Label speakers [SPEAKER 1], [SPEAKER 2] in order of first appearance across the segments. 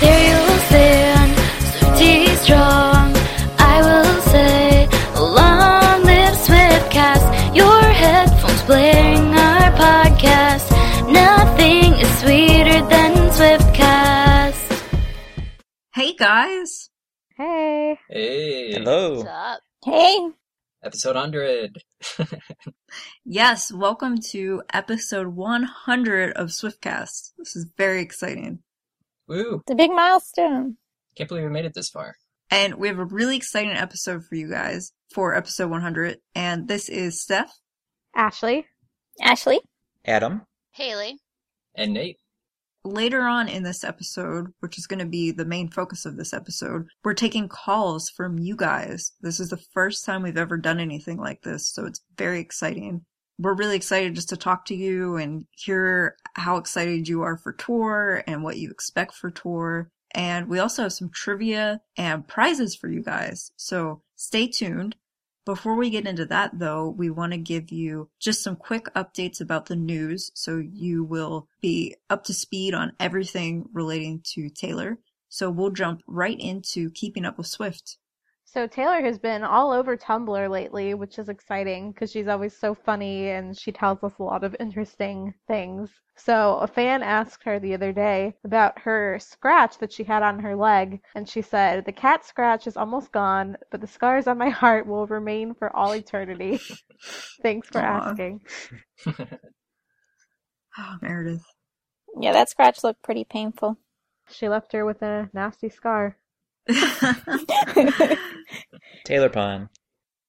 [SPEAKER 1] There you will stand, sturdy, strong. I will say, long live Swiftcast. Your headphones blaring our podcast. Nothing is sweeter than Swiftcast.
[SPEAKER 2] Hey guys.
[SPEAKER 3] Hey.
[SPEAKER 4] Hey.
[SPEAKER 5] Hello.
[SPEAKER 1] up?
[SPEAKER 3] Hey.
[SPEAKER 4] Episode 100.
[SPEAKER 2] Yes, welcome to episode 100 of Swiftcast. This is very exciting.
[SPEAKER 4] Woo.
[SPEAKER 3] It's a big milestone.
[SPEAKER 4] Can't believe we made it this far.
[SPEAKER 2] And we have a really exciting episode for you guys for episode 100. And this is Steph.
[SPEAKER 3] Ashley.
[SPEAKER 6] Ashley?
[SPEAKER 5] Adam.
[SPEAKER 6] Haley.
[SPEAKER 4] And Nate.
[SPEAKER 2] Later on in this episode, which is going to be the main focus of this episode, we're taking calls from you guys. This is the first time we've ever done anything like this, so it's very exciting. We're really excited just to talk to you and hear how excited you are for tour and what you expect for tour. And we also have some trivia and prizes for you guys, so stay tuned. Before we get into that, though, we want to give you just some quick updates about the news so you will be up to speed on everything relating to Taylor. So we'll jump right into keeping up with Swift.
[SPEAKER 3] So Taylor has been all over Tumblr lately, which is exciting because she's always so funny and she tells us a lot of interesting things. So a fan asked her the other day about her scratch that she had on her leg, and she said, "The cat scratch is almost gone, but the scars on my heart will remain for all eternity." Thanks for
[SPEAKER 2] Aw.
[SPEAKER 3] asking.
[SPEAKER 2] Oh, Meredith.
[SPEAKER 6] Yeah, that scratch looked pretty painful.
[SPEAKER 3] She left her with a nasty scar.
[SPEAKER 5] Taylor Pond.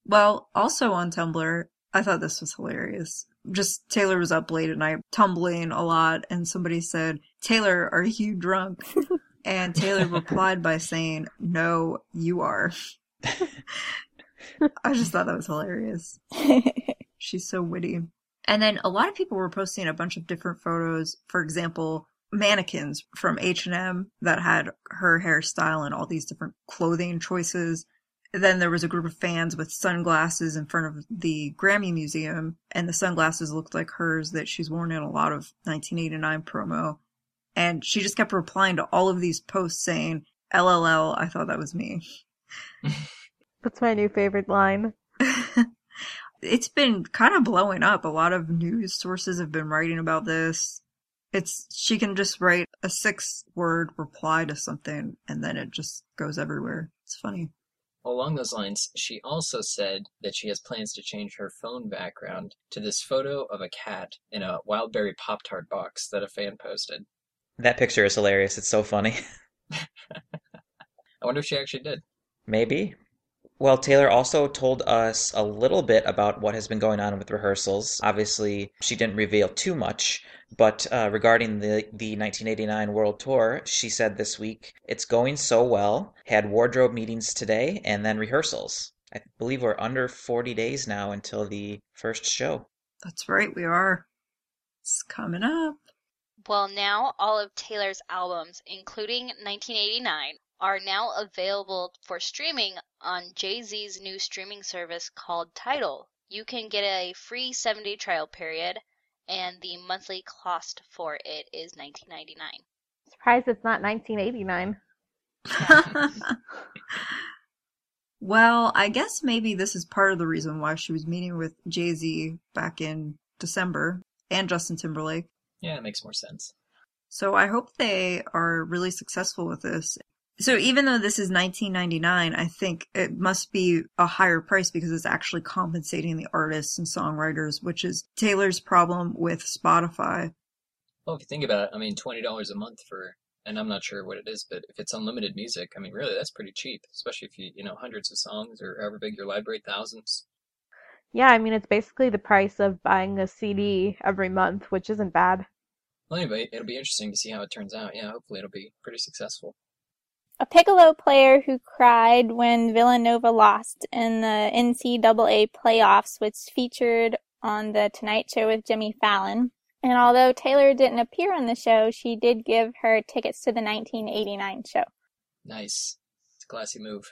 [SPEAKER 2] well, also on Tumblr, I thought this was hilarious. Just Taylor was up late at night tumbling a lot, and somebody said, Taylor, are you drunk? and Taylor replied by saying, No, you are. I just thought that was hilarious. She's so witty. And then a lot of people were posting a bunch of different photos. For example, mannequins from H&M that had her hairstyle and all these different clothing choices. Then there was a group of fans with sunglasses in front of the Grammy Museum, and the sunglasses looked like hers that she's worn in a lot of 1989 promo. And she just kept replying to all of these posts saying, LLL, I thought that was me.
[SPEAKER 3] That's my new favorite line.
[SPEAKER 2] it's been kind of blowing up. A lot of news sources have been writing about this. It's she can just write a six word reply to something and then it just goes everywhere. It's funny.
[SPEAKER 4] Along those lines, she also said that she has plans to change her phone background to this photo of a cat in a Wildberry Pop Tart box that a fan posted.
[SPEAKER 5] That picture is hilarious. It's so funny.
[SPEAKER 4] I wonder if she actually did.
[SPEAKER 5] Maybe. Well, Taylor also told us a little bit about what has been going on with rehearsals. Obviously, she didn't reveal too much, but uh, regarding the, the 1989 World Tour, she said this week, it's going so well. Had wardrobe meetings today and then rehearsals. I believe we're under 40 days now until the first show.
[SPEAKER 2] That's right, we are. It's coming up.
[SPEAKER 7] Well, now all of Taylor's albums, including 1989, are now available for streaming on Jay Z's new streaming service called Tidal. You can get a free 7 day trial period, and the monthly cost for it is $19.99.
[SPEAKER 3] Surprised it's not 1989.
[SPEAKER 2] well, I guess maybe this is part of the reason why she was meeting with Jay Z back in December and Justin Timberlake.
[SPEAKER 4] Yeah, it makes more sense.
[SPEAKER 2] So I hope they are really successful with this. So even though this is 1999, I think it must be a higher price because it's actually compensating the artists and songwriters, which is Taylor's problem with Spotify.
[SPEAKER 4] Well, if you think about it, I mean, $20 a month for, and I'm not sure what it is, but if it's unlimited music, I mean, really, that's pretty cheap, especially if you, you know, hundreds of songs or however big your library, thousands.
[SPEAKER 3] Yeah, I mean, it's basically the price of buying a CD every month, which isn't bad.
[SPEAKER 4] Well, anyway, it'll be interesting to see how it turns out. Yeah, hopefully it'll be pretty successful.
[SPEAKER 6] A Piccolo player who cried when Villanova lost in the NCAA playoffs, which featured on The Tonight Show with Jimmy Fallon. And although Taylor didn't appear on the show, she did give her tickets to the 1989 show.
[SPEAKER 4] Nice. It's a classy move.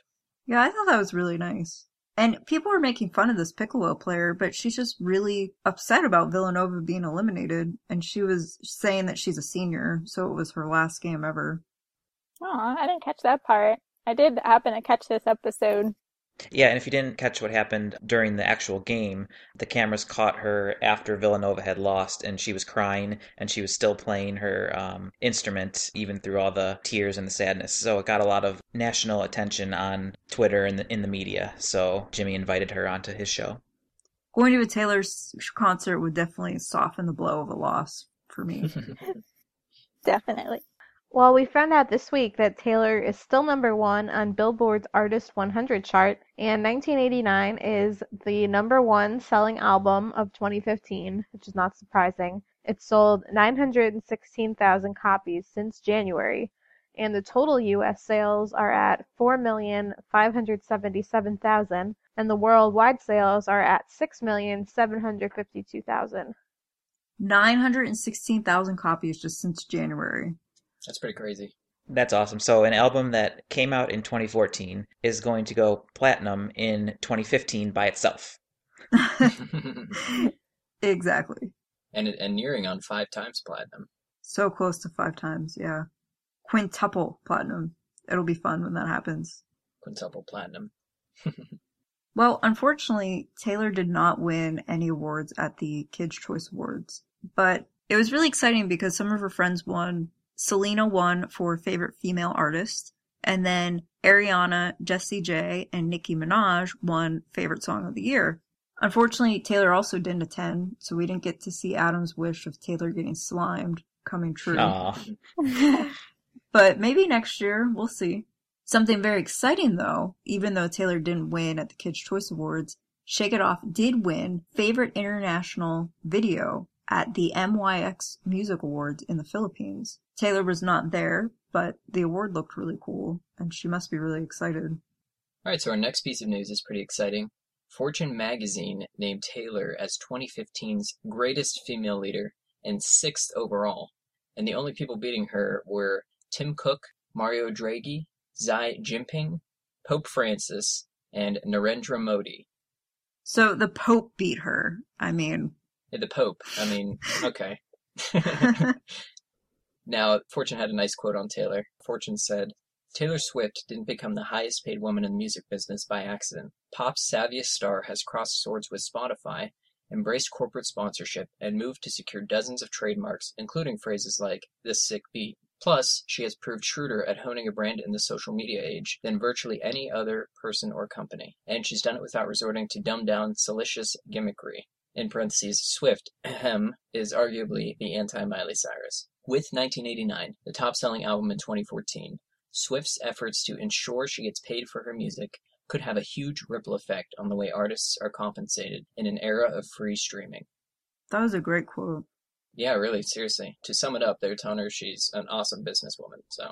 [SPEAKER 2] Yeah, I thought that was really nice. And people were making fun of this Piccolo player, but she's just really upset about Villanova being eliminated. And she was saying that she's a senior, so it was her last game ever.
[SPEAKER 6] Aw, I didn't catch that part. I did happen to catch this episode.
[SPEAKER 5] Yeah, and if you didn't catch what happened during the actual game, the cameras caught her after Villanova had lost, and she was crying, and she was still playing her um, instrument even through all the tears and the sadness. So it got a lot of national attention on Twitter and the, in the media. So Jimmy invited her onto his show.
[SPEAKER 2] Going to a Taylor's concert would definitely soften the blow of a loss for me.
[SPEAKER 6] Definitely.
[SPEAKER 3] Well, we found out this week that Taylor is still number one on Billboard's Artist 100 chart, and 1989 is the number one selling album of 2015, which is not surprising. It sold 916,000 copies since January, and the total U.S. sales are at 4,577,000, and the worldwide sales are at 6,752,000.
[SPEAKER 2] 916,000 copies just since January.
[SPEAKER 4] That's pretty crazy.
[SPEAKER 5] That's awesome. So an album that came out in 2014 is going to go platinum in 2015 by itself.
[SPEAKER 2] exactly.
[SPEAKER 4] and and nearing on five times platinum.
[SPEAKER 2] So close to five times, yeah. Quintuple platinum. It'll be fun when that happens.
[SPEAKER 4] Quintuple platinum.
[SPEAKER 2] Well, unfortunately, Taylor did not win any awards at the Kids' Choice Awards, but it was really exciting because some of her friends won. Selena won for favorite female artist, and then Ariana, Jessie J, and Nicki Minaj won favorite song of the year. Unfortunately, Taylor also didn't attend, so we didn't get to see Adam's wish of Taylor getting slimed coming true.
[SPEAKER 5] Aw.
[SPEAKER 2] But maybe next year, we'll see. Something very exciting though, even though Taylor didn't win at the Kids' Choice Awards, Shake It Off did win Favorite International Video at the MYX Music Awards in the Philippines. Taylor was not there, but the award looked really cool, and she must be really excited.
[SPEAKER 4] All right, so our next piece of news is pretty exciting. Fortune magazine named Taylor as 2015's greatest female leader and sixth overall. And the only people beating her were Tim Cook, Mario Draghi, Xi Jinping, Pope Francis, and Narendra Modi.
[SPEAKER 2] So the Pope beat her. I mean,
[SPEAKER 4] Yeah, Eh, The Pope. I mean, okay. Now, Fortune had a nice quote on Taylor. Fortune said, Taylor Swift didn't become the highest paid woman in the music business by accident. Pop's savviest star has crossed swords with Spotify, embraced corporate sponsorship, and moved to secure dozens of trademarks, including phrases like this sick beat. Plus, she has proved shrewder at honing a brand in the social media age than virtually any other person or company. And she's done it without resorting to dumbed down, salacious gimmickry in parentheses, Swift, ahem, is arguably the anti Miley Cyrus. With 1989, the top selling album in 2014, Swift's efforts to ensure she gets paid for her music could have a huge ripple effect on the way artists are compensated in an era of free streaming.
[SPEAKER 2] that was a great quote.
[SPEAKER 4] Yeah, really, seriously. To sum it up, they're telling her she's an awesome businesswoman, so.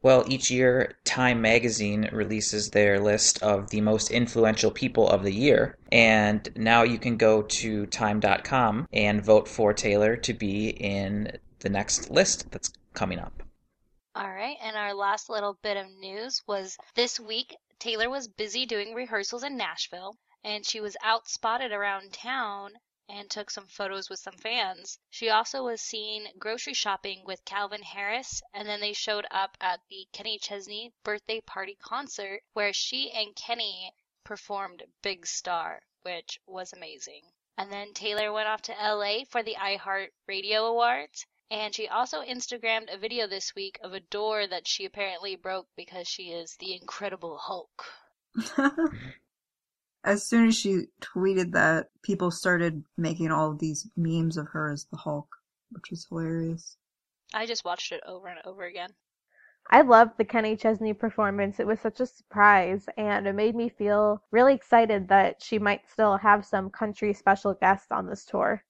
[SPEAKER 5] Well, each year, Time Magazine releases their list of the most influential people of the year. And now you can go to time.com and vote for Taylor to be in the next list that's coming up.
[SPEAKER 7] All right, and our last little bit of news was this week Taylor was busy doing rehearsals in Nashville and she was out spotted around town and took some photos with some fans. She also was seen grocery shopping with Calvin Harris and then they showed up at the Kenny Chesney birthday party concert where she and Kenny performed Big Star, which was amazing. And then Taylor went off to LA for the iHeart Radio Awards and she also Instagrammed a video this week of a door that she apparently broke because she is the Incredible Hulk.
[SPEAKER 2] as soon as she tweeted that, people started making all of these memes of her as the Hulk, which was hilarious.
[SPEAKER 7] I just watched it over and over again.
[SPEAKER 3] I loved the Kenny Chesney performance. It was such a surprise, and it made me feel really excited that she might still have some country special guests on this tour.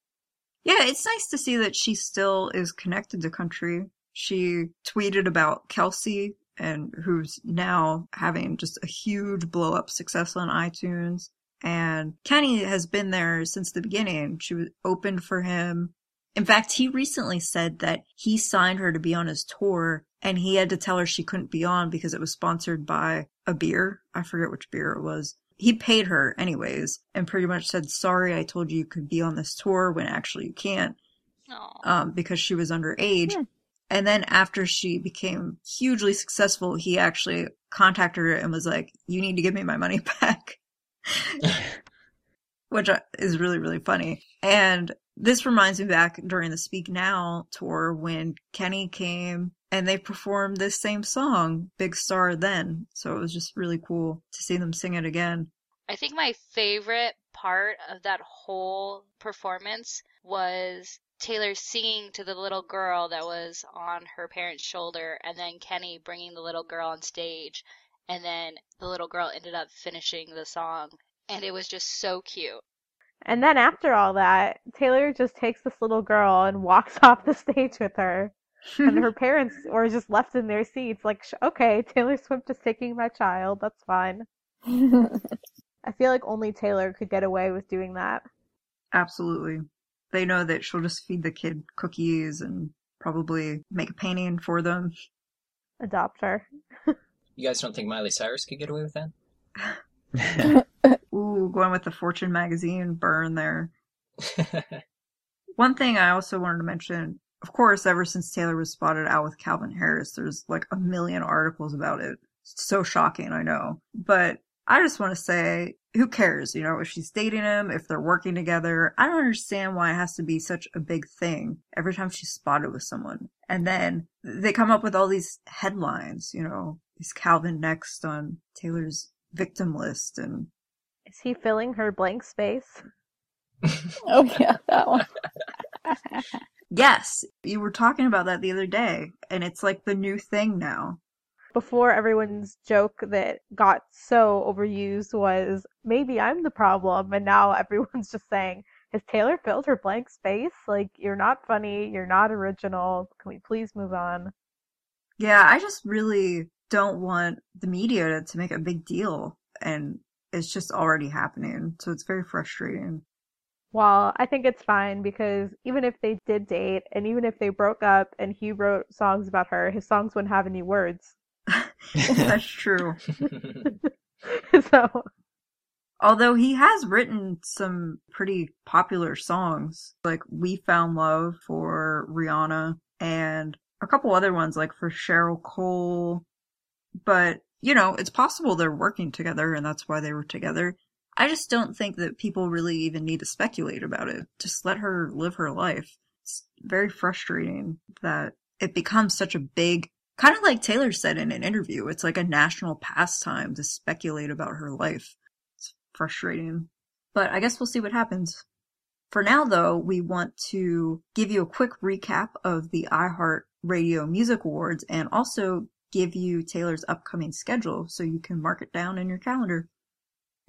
[SPEAKER 2] Yeah, it's nice to see that she still is connected to country. She tweeted about Kelsey and who's now having just a huge blow up success on iTunes. And Kenny has been there since the beginning. She was opened for him. In fact, he recently said that he signed her to be on his tour and he had to tell her she couldn't be on because it was sponsored by a beer. I forget which beer it was. He paid her anyways and pretty much said, sorry, I told you you could be on this tour when actually you can't
[SPEAKER 7] Aw.
[SPEAKER 2] um, because she was underage.
[SPEAKER 3] Hmm.
[SPEAKER 2] And then after she became hugely successful, he actually contacted her and was like, you need to give me my money back. Which I- is really, really funny. And this reminds me back during the Speak Now tour when Kenny came and they performed this same song, Big Star Then. So it was just really cool to see them sing it again.
[SPEAKER 7] I think my favorite part of that whole performance was Taylor singing to the little girl that was on her parents' shoulder, and then Kenny bringing the little girl on stage, and then the little girl ended up finishing the song, and it was just so cute.
[SPEAKER 3] And then after all that, Taylor just takes this little girl and walks off the stage with her. And her parents were just left in their seats, like, "Sh- okay, Taylor Swift is taking my child. That's fine. I feel like only Taylor could get away with doing that.
[SPEAKER 2] Absolutely. They know that she'll just feed the kid cookies and probably make a painting for them.
[SPEAKER 3] Adopt her.
[SPEAKER 4] You guys don't think Miley Cyrus could get away with that?
[SPEAKER 2] Ooh, going with the Fortune magazine burn there. One thing I also wanted to mention, of course, ever since Taylor was spotted out with Calvin Harris, there's like a million articles about it. It's so shocking, I know. But I just want to say, who cares, you know, if she's dating him, if they're working together. I don't understand why it has to be such a big thing every time she's spotted with someone. And then they come up with all these headlines, you know, is Calvin next on Taylor's victim list and
[SPEAKER 3] Is he filling her blank space?
[SPEAKER 6] oh yeah, that one.
[SPEAKER 2] Yes, you were talking about that the other day, and it's like the new thing now.
[SPEAKER 3] Before everyone's joke that got so overused was, maybe I'm the problem. And now everyone's just saying, has Taylor filled her blank space? Like, you're not funny. You're not original. Can we please move on?
[SPEAKER 2] Yeah, I just really don't want the media to, to make a big deal, and it's just already happening, so it's very frustrating.
[SPEAKER 3] Well, I think it's fine because even if they did date and even if they broke up and he wrote songs about her, his songs wouldn't have any words.
[SPEAKER 2] That's true.
[SPEAKER 3] So,
[SPEAKER 2] Although he has written some pretty popular songs, like We Found Love for Rihanna and a couple other ones, like for Cheryl Cole. But, you know, it's possible they're working together and that's why they were together. I just don't think that people really even need to speculate about it. Just let her live her life. It's very frustrating that it becomes such a big, kind of like Taylor said in an interview, it's like a national pastime to speculate about her life it's frustrating. But I guess we'll see what happens. For now, though, we want to give you a quick recap of the iHeart Radio Music Awards and also give you Taylor's upcoming schedule so you can mark it down in your calendar.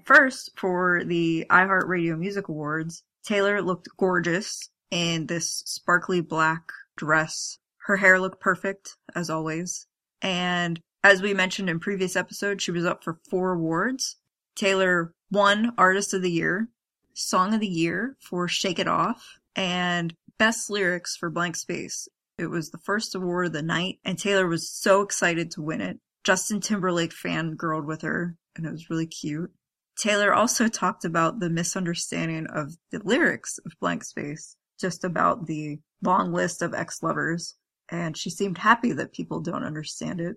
[SPEAKER 2] First, for the iHeart Radio Music Awards, Taylor looked gorgeous in this sparkly black dress. Her hair looked perfect, as always. And as we mentioned in previous episodes, she was up for four awards. Taylor won Artist of the Year, Song of the Year for Shake It Off, and Best Lyrics for Blank Space. It was the first award of the night, and Taylor was so excited to win it. Justin Timberlake fangirled with her, and it was really cute. Taylor also talked about the misunderstanding of the lyrics of Blank Space, just about the long list of ex lovers, and she seemed happy that people don't understand it.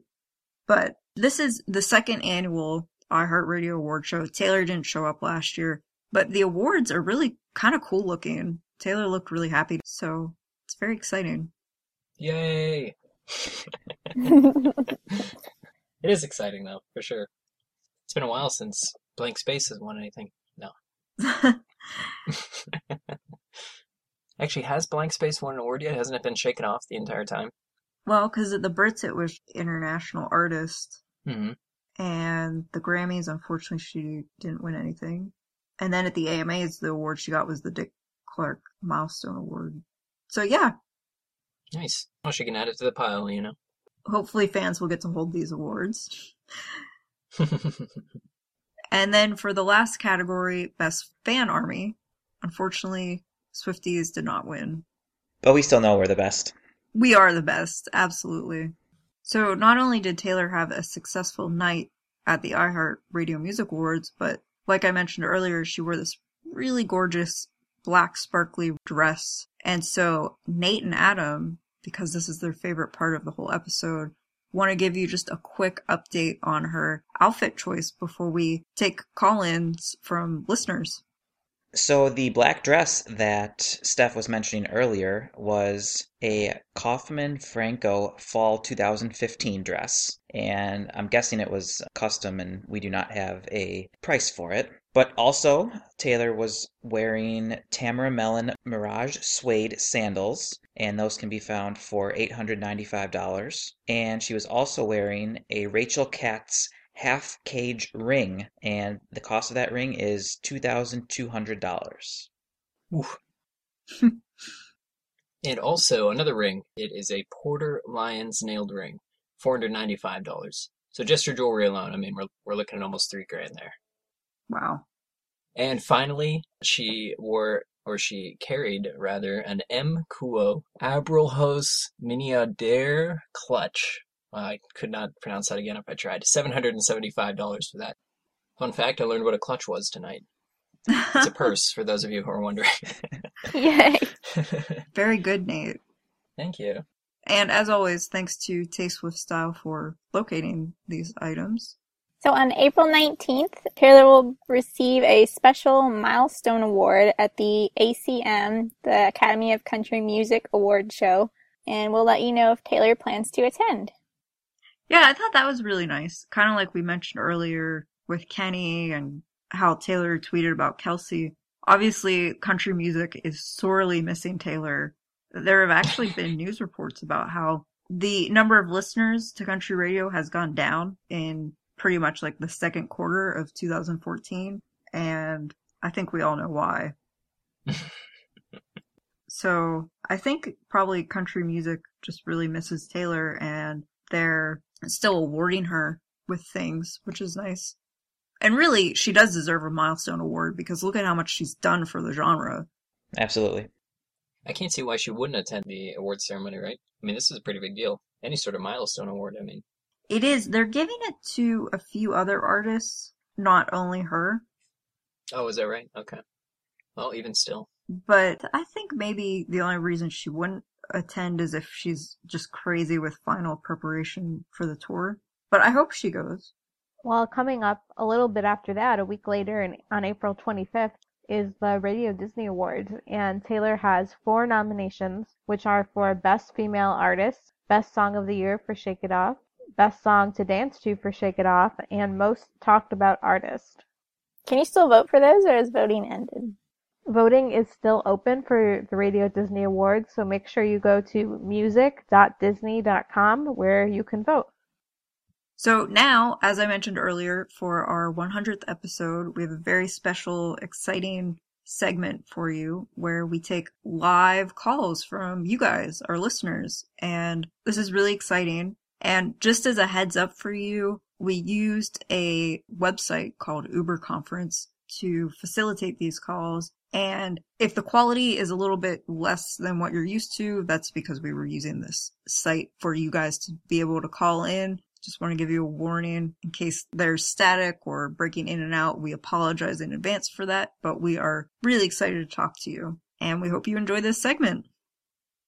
[SPEAKER 2] But this is the second annual iHeartRadio award show. Taylor didn't show up last year, but the awards are really kind of cool looking. Taylor looked really happy, so it's very exciting.
[SPEAKER 4] Yay! It is exciting though, for sure. It's been a while since Blank Space has won anything. No. Actually, has Blank Space won an award yet? Hasn't it been shaken off the entire time?
[SPEAKER 2] Well, because at the Brits it was international artist,
[SPEAKER 4] hmm
[SPEAKER 2] and the Grammys, unfortunately, she didn't win anything. And then at the AMAs, the award she got was the Dick Clark Milestone Award. So yeah,
[SPEAKER 4] Nice. Well, she can add it to the pile, you know.
[SPEAKER 2] hopefully fans will get to hold these awards. And then for the last category, Best Fan Army, unfortunately, Swifties did not win.
[SPEAKER 5] But we still know we're the best.
[SPEAKER 2] We are the best, absolutely. So not only did Taylor have a successful night at the iHeart Radio Music Awards, but like I mentioned earlier, she wore this really gorgeous black sparkly dress. And so Nate and Adam, because this is their favorite part of the whole episode, want to give you just a quick update on her outfit choice before we take call-ins from listeners.
[SPEAKER 5] So the black dress that Steph was mentioning earlier was a Kaufman Franco Fall 2015 dress. And I'm guessing it was custom and we do not have a price for it. But also, Taylor was wearing Tamara Mellon Mirage Suede sandals, and those can be found for $895. And she was also wearing a Rachel Katz half cage ring, and the cost of that ring is two thousand two hundred dollars.
[SPEAKER 4] Oof. and also another ring. It is a Porter Lions nailed ring, four hundred ninety-five dollars. So just your jewelry alone, I mean, we're we're looking at almost three grand there.
[SPEAKER 2] Wow.
[SPEAKER 4] And finally, she wore or she carried rather an M Kuo Abrilhos Miniadaire clutch. I could not pronounce that again if I tried. Seven hundred and seventy-five dollars for that. Fun fact: I learned what a clutch was tonight. It's a purse for those of you who are wondering.
[SPEAKER 6] Yay.
[SPEAKER 2] Very good, Nate.
[SPEAKER 4] Thank you.
[SPEAKER 2] And as always, thanks to Taste with Style for locating these items.
[SPEAKER 6] So on April 19th, Taylor will receive a special milestone award at the ACM, the Academy of Country Music Award show, and we'll let you know if Taylor plans to attend.
[SPEAKER 2] Yeah, I thought that was really nice. Kind of like we mentioned earlier with Kenny and how Taylor tweeted about Kelsey. Obviously, country music is sorely missing Taylor. There have actually been news reports about how the number of listeners to country radio has gone down in pretty much like the second quarter of 2014. And I think we all know why. So I think probably country music just really misses Taylor and they're still awarding her with things, which is nice. And really, she does deserve a milestone award because look at how much she's done for the genre.
[SPEAKER 5] Absolutely.
[SPEAKER 4] I can't see why she wouldn't attend the award ceremony, right? I mean, this is a pretty big deal. Any sort of milestone award, I mean.
[SPEAKER 2] It is, they're giving it to a few other artists, not only her,
[SPEAKER 4] Oh, is that right? Okay. Well, even still.
[SPEAKER 2] but I think maybe the only reason she wouldn't attend is if she's just crazy with final preparation for the tour. But I hope she goes.
[SPEAKER 3] Well, coming up a little bit after that, a week later, and on April 25th, is the Radio Disney Awards, and Taylor has four nominations, which are for Best Female Artist, Best Song of the Year for Shake It Off, Best Song to Dance to for Shake It Off, and Most Talked About Artist.
[SPEAKER 6] Can you still vote for those or is voting ended?
[SPEAKER 3] Voting is still open for the Radio Disney Awards, so make sure you go to music.disney.com where you can vote.
[SPEAKER 2] So now, as I mentioned earlier, for our 100th episode, we have a very special, exciting segment for you where we take live calls from you guys, our listeners. And this is really exciting. And just as a heads up for you, we used a website called Uber Conference to facilitate these calls. And if the quality is a little bit less than what you're used to, that's because we were using this site for you guys to be able to call in. Just want to give you a warning in case there's static or breaking in and out. We apologize in advance for that, but we are really excited to talk to you. And we hope you enjoy this segment.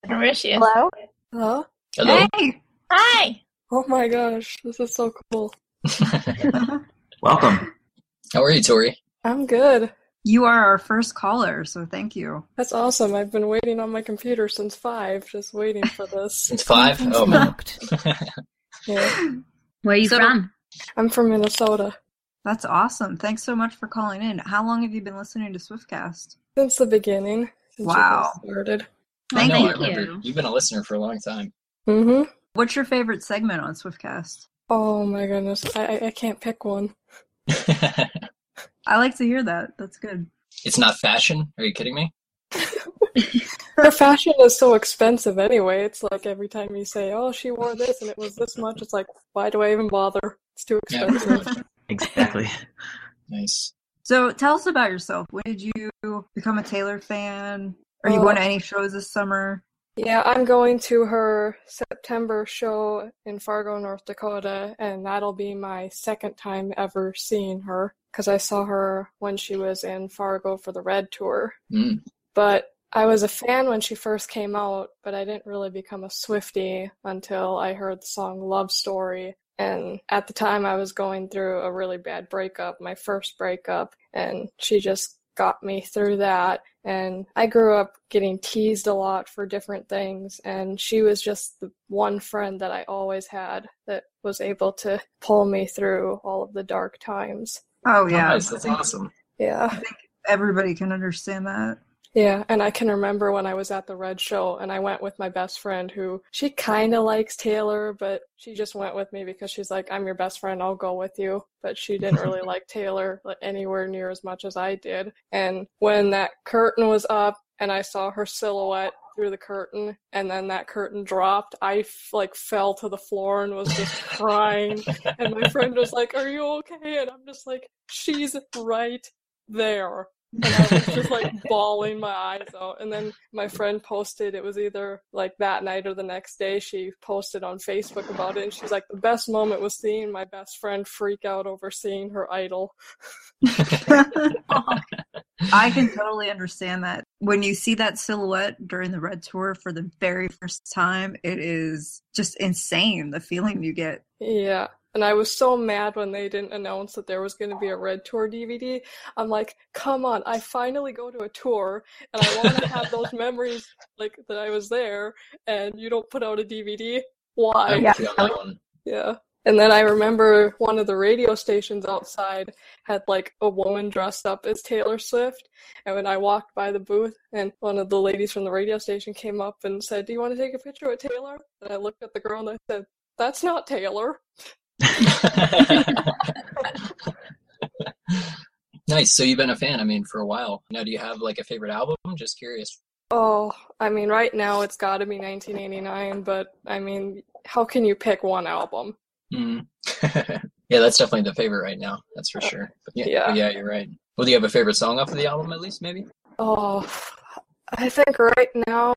[SPEAKER 8] Where is she?
[SPEAKER 3] Hello?
[SPEAKER 9] Hello?
[SPEAKER 4] Hello?
[SPEAKER 2] Hey!
[SPEAKER 8] Hi.
[SPEAKER 9] Oh my gosh, this is so cool.
[SPEAKER 5] Welcome.
[SPEAKER 4] How are you, Tori?
[SPEAKER 9] I'm good.
[SPEAKER 2] You are our first caller, so thank you.
[SPEAKER 9] That's awesome. I've been waiting on my computer since five, just waiting for this.
[SPEAKER 4] Since five? Oh, man.
[SPEAKER 9] Yeah.
[SPEAKER 8] Where are you
[SPEAKER 2] So-
[SPEAKER 8] from?
[SPEAKER 9] I'm from Minnesota.
[SPEAKER 2] That's awesome. Thanks so much for calling in. How long have you been listening to Swiftcast?
[SPEAKER 9] Since the beginning. Since you guys
[SPEAKER 2] Wow.
[SPEAKER 9] Started.
[SPEAKER 4] I
[SPEAKER 2] Thank
[SPEAKER 4] know, I
[SPEAKER 2] you.
[SPEAKER 4] remember. You've been a listener for a long time.
[SPEAKER 9] Mm-hmm.
[SPEAKER 2] What's your favorite segment on Swiftcast?
[SPEAKER 9] Oh my goodness, I I- I can't pick one.
[SPEAKER 2] I like to hear that. Uh, That's good.
[SPEAKER 4] It's not fashion. Are you kidding me?
[SPEAKER 9] Her fashion is so expensive anyway. It's like every time you say, "Oh, she wore this and it was this much," it's like, why do I even bother? It's too
[SPEAKER 4] Yeah.
[SPEAKER 9] expensive.
[SPEAKER 5] Exactly.
[SPEAKER 4] Nice.
[SPEAKER 2] So tell us about yourself. When did you become a Taylor fan? Are you
[SPEAKER 9] Oh.
[SPEAKER 2] going to any shows this summer?
[SPEAKER 9] Yeah, I'm going to her September show in Fargo, North Dakota, and that'll be my second time ever seeing her because I saw her when she was in Fargo for the Red Tour.
[SPEAKER 4] Mm.
[SPEAKER 9] But I was a fan when she first came out, but I didn't really become a Swiftie until I heard the song Love Story. And at the time, I was going through a really bad breakup, my first breakup, and she just got me through that. And I grew up getting teased a lot for different things, and she was just the one friend that I always had that was able to pull me through all of the dark times.
[SPEAKER 2] Oh yeah.
[SPEAKER 4] Nice. That's
[SPEAKER 2] I think
[SPEAKER 4] awesome.
[SPEAKER 9] Yeah.
[SPEAKER 2] Everybody can understand that.
[SPEAKER 9] Yeah, and I can remember when I was at the Red Show and I went with my best friend who she kind of likes Taylor, but she just went with me because she's like, I'm your best friend, I'll go with you. But she didn't really like Taylor like, anywhere near as much as I did. And when that curtain was up and I saw her silhouette through the curtain and then that curtain dropped, I f- like fell to the floor and was just crying. And my friend was like, Are you okay? And I'm just like, She's right there and I was just like bawling my eyes out. And then my friend posted it was either like that night or the next day. She posted on Facebook about it, and she's like, "The best moment was seeing my best friend freak out over seeing her idol."
[SPEAKER 2] I can totally understand that. When you see that silhouette during the Red Tour for the very first time, it is just insane the feeling you get.
[SPEAKER 9] Yeah. And I was so mad when they didn't announce that there was going to be a Red Tour DVD. I'm like, come on, I finally go to a tour and I want to have those memories like that I was there and you don't put out a DVD. Why?
[SPEAKER 4] I'm
[SPEAKER 3] Yeah.
[SPEAKER 4] with you on that one.
[SPEAKER 9] Yeah. And then I remember one of the radio stations outside had like a woman dressed up as Taylor Swift. And when I walked by the booth, and one of the ladies from the radio station came up and said, Do you want to take a picture with Taylor? And I looked at the girl and I said, That's not Taylor.
[SPEAKER 4] nice. So you've been a fan, I mean, for a while. Now, do you have like a favorite album? Just curious.
[SPEAKER 9] Oh, I mean, right now it's got to be 1989, but I mean, how can you pick one album?
[SPEAKER 4] Mm. yeah, that's definitely the favorite right now. That's for sure. But yeah,
[SPEAKER 9] Uh, Yeah.
[SPEAKER 4] but yeah, you're right. Well, do you have a favorite song off of the album at least, maybe?
[SPEAKER 9] Oh, I think right now,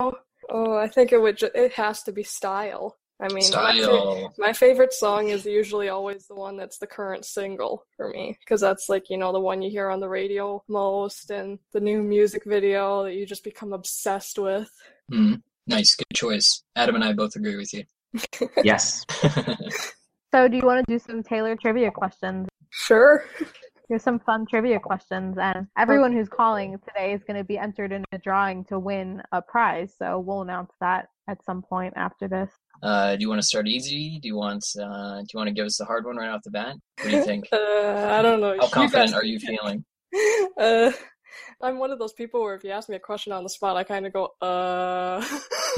[SPEAKER 9] oh, I think it would ju- it has to be Style. I mean, my fa-
[SPEAKER 4] Style.
[SPEAKER 9] My favorite song is usually always the one that's the current single for me, because that's like, you know, the one you hear on the radio most and the new music video that you just become obsessed with.
[SPEAKER 4] Mm. Nice. Good choice. Adam and I both agree with you.
[SPEAKER 5] Yes.
[SPEAKER 3] So, do you want to do some Taylor trivia questions?
[SPEAKER 9] Sure.
[SPEAKER 3] Here's some fun trivia questions, and everyone who's calling today is going to be entered in a drawing to win a prize. So, we'll announce that at some point after this.
[SPEAKER 4] uh, do you want to start easy? Do you want uh, do you want to give us the hard one right off the bat? What do you think?
[SPEAKER 9] Uh, I don't know.
[SPEAKER 4] How
[SPEAKER 9] You
[SPEAKER 4] confident
[SPEAKER 9] guys-
[SPEAKER 4] are you feeling?
[SPEAKER 9] Uh, I'm one of those people where if you ask me a question on the spot, I kind of go, uh.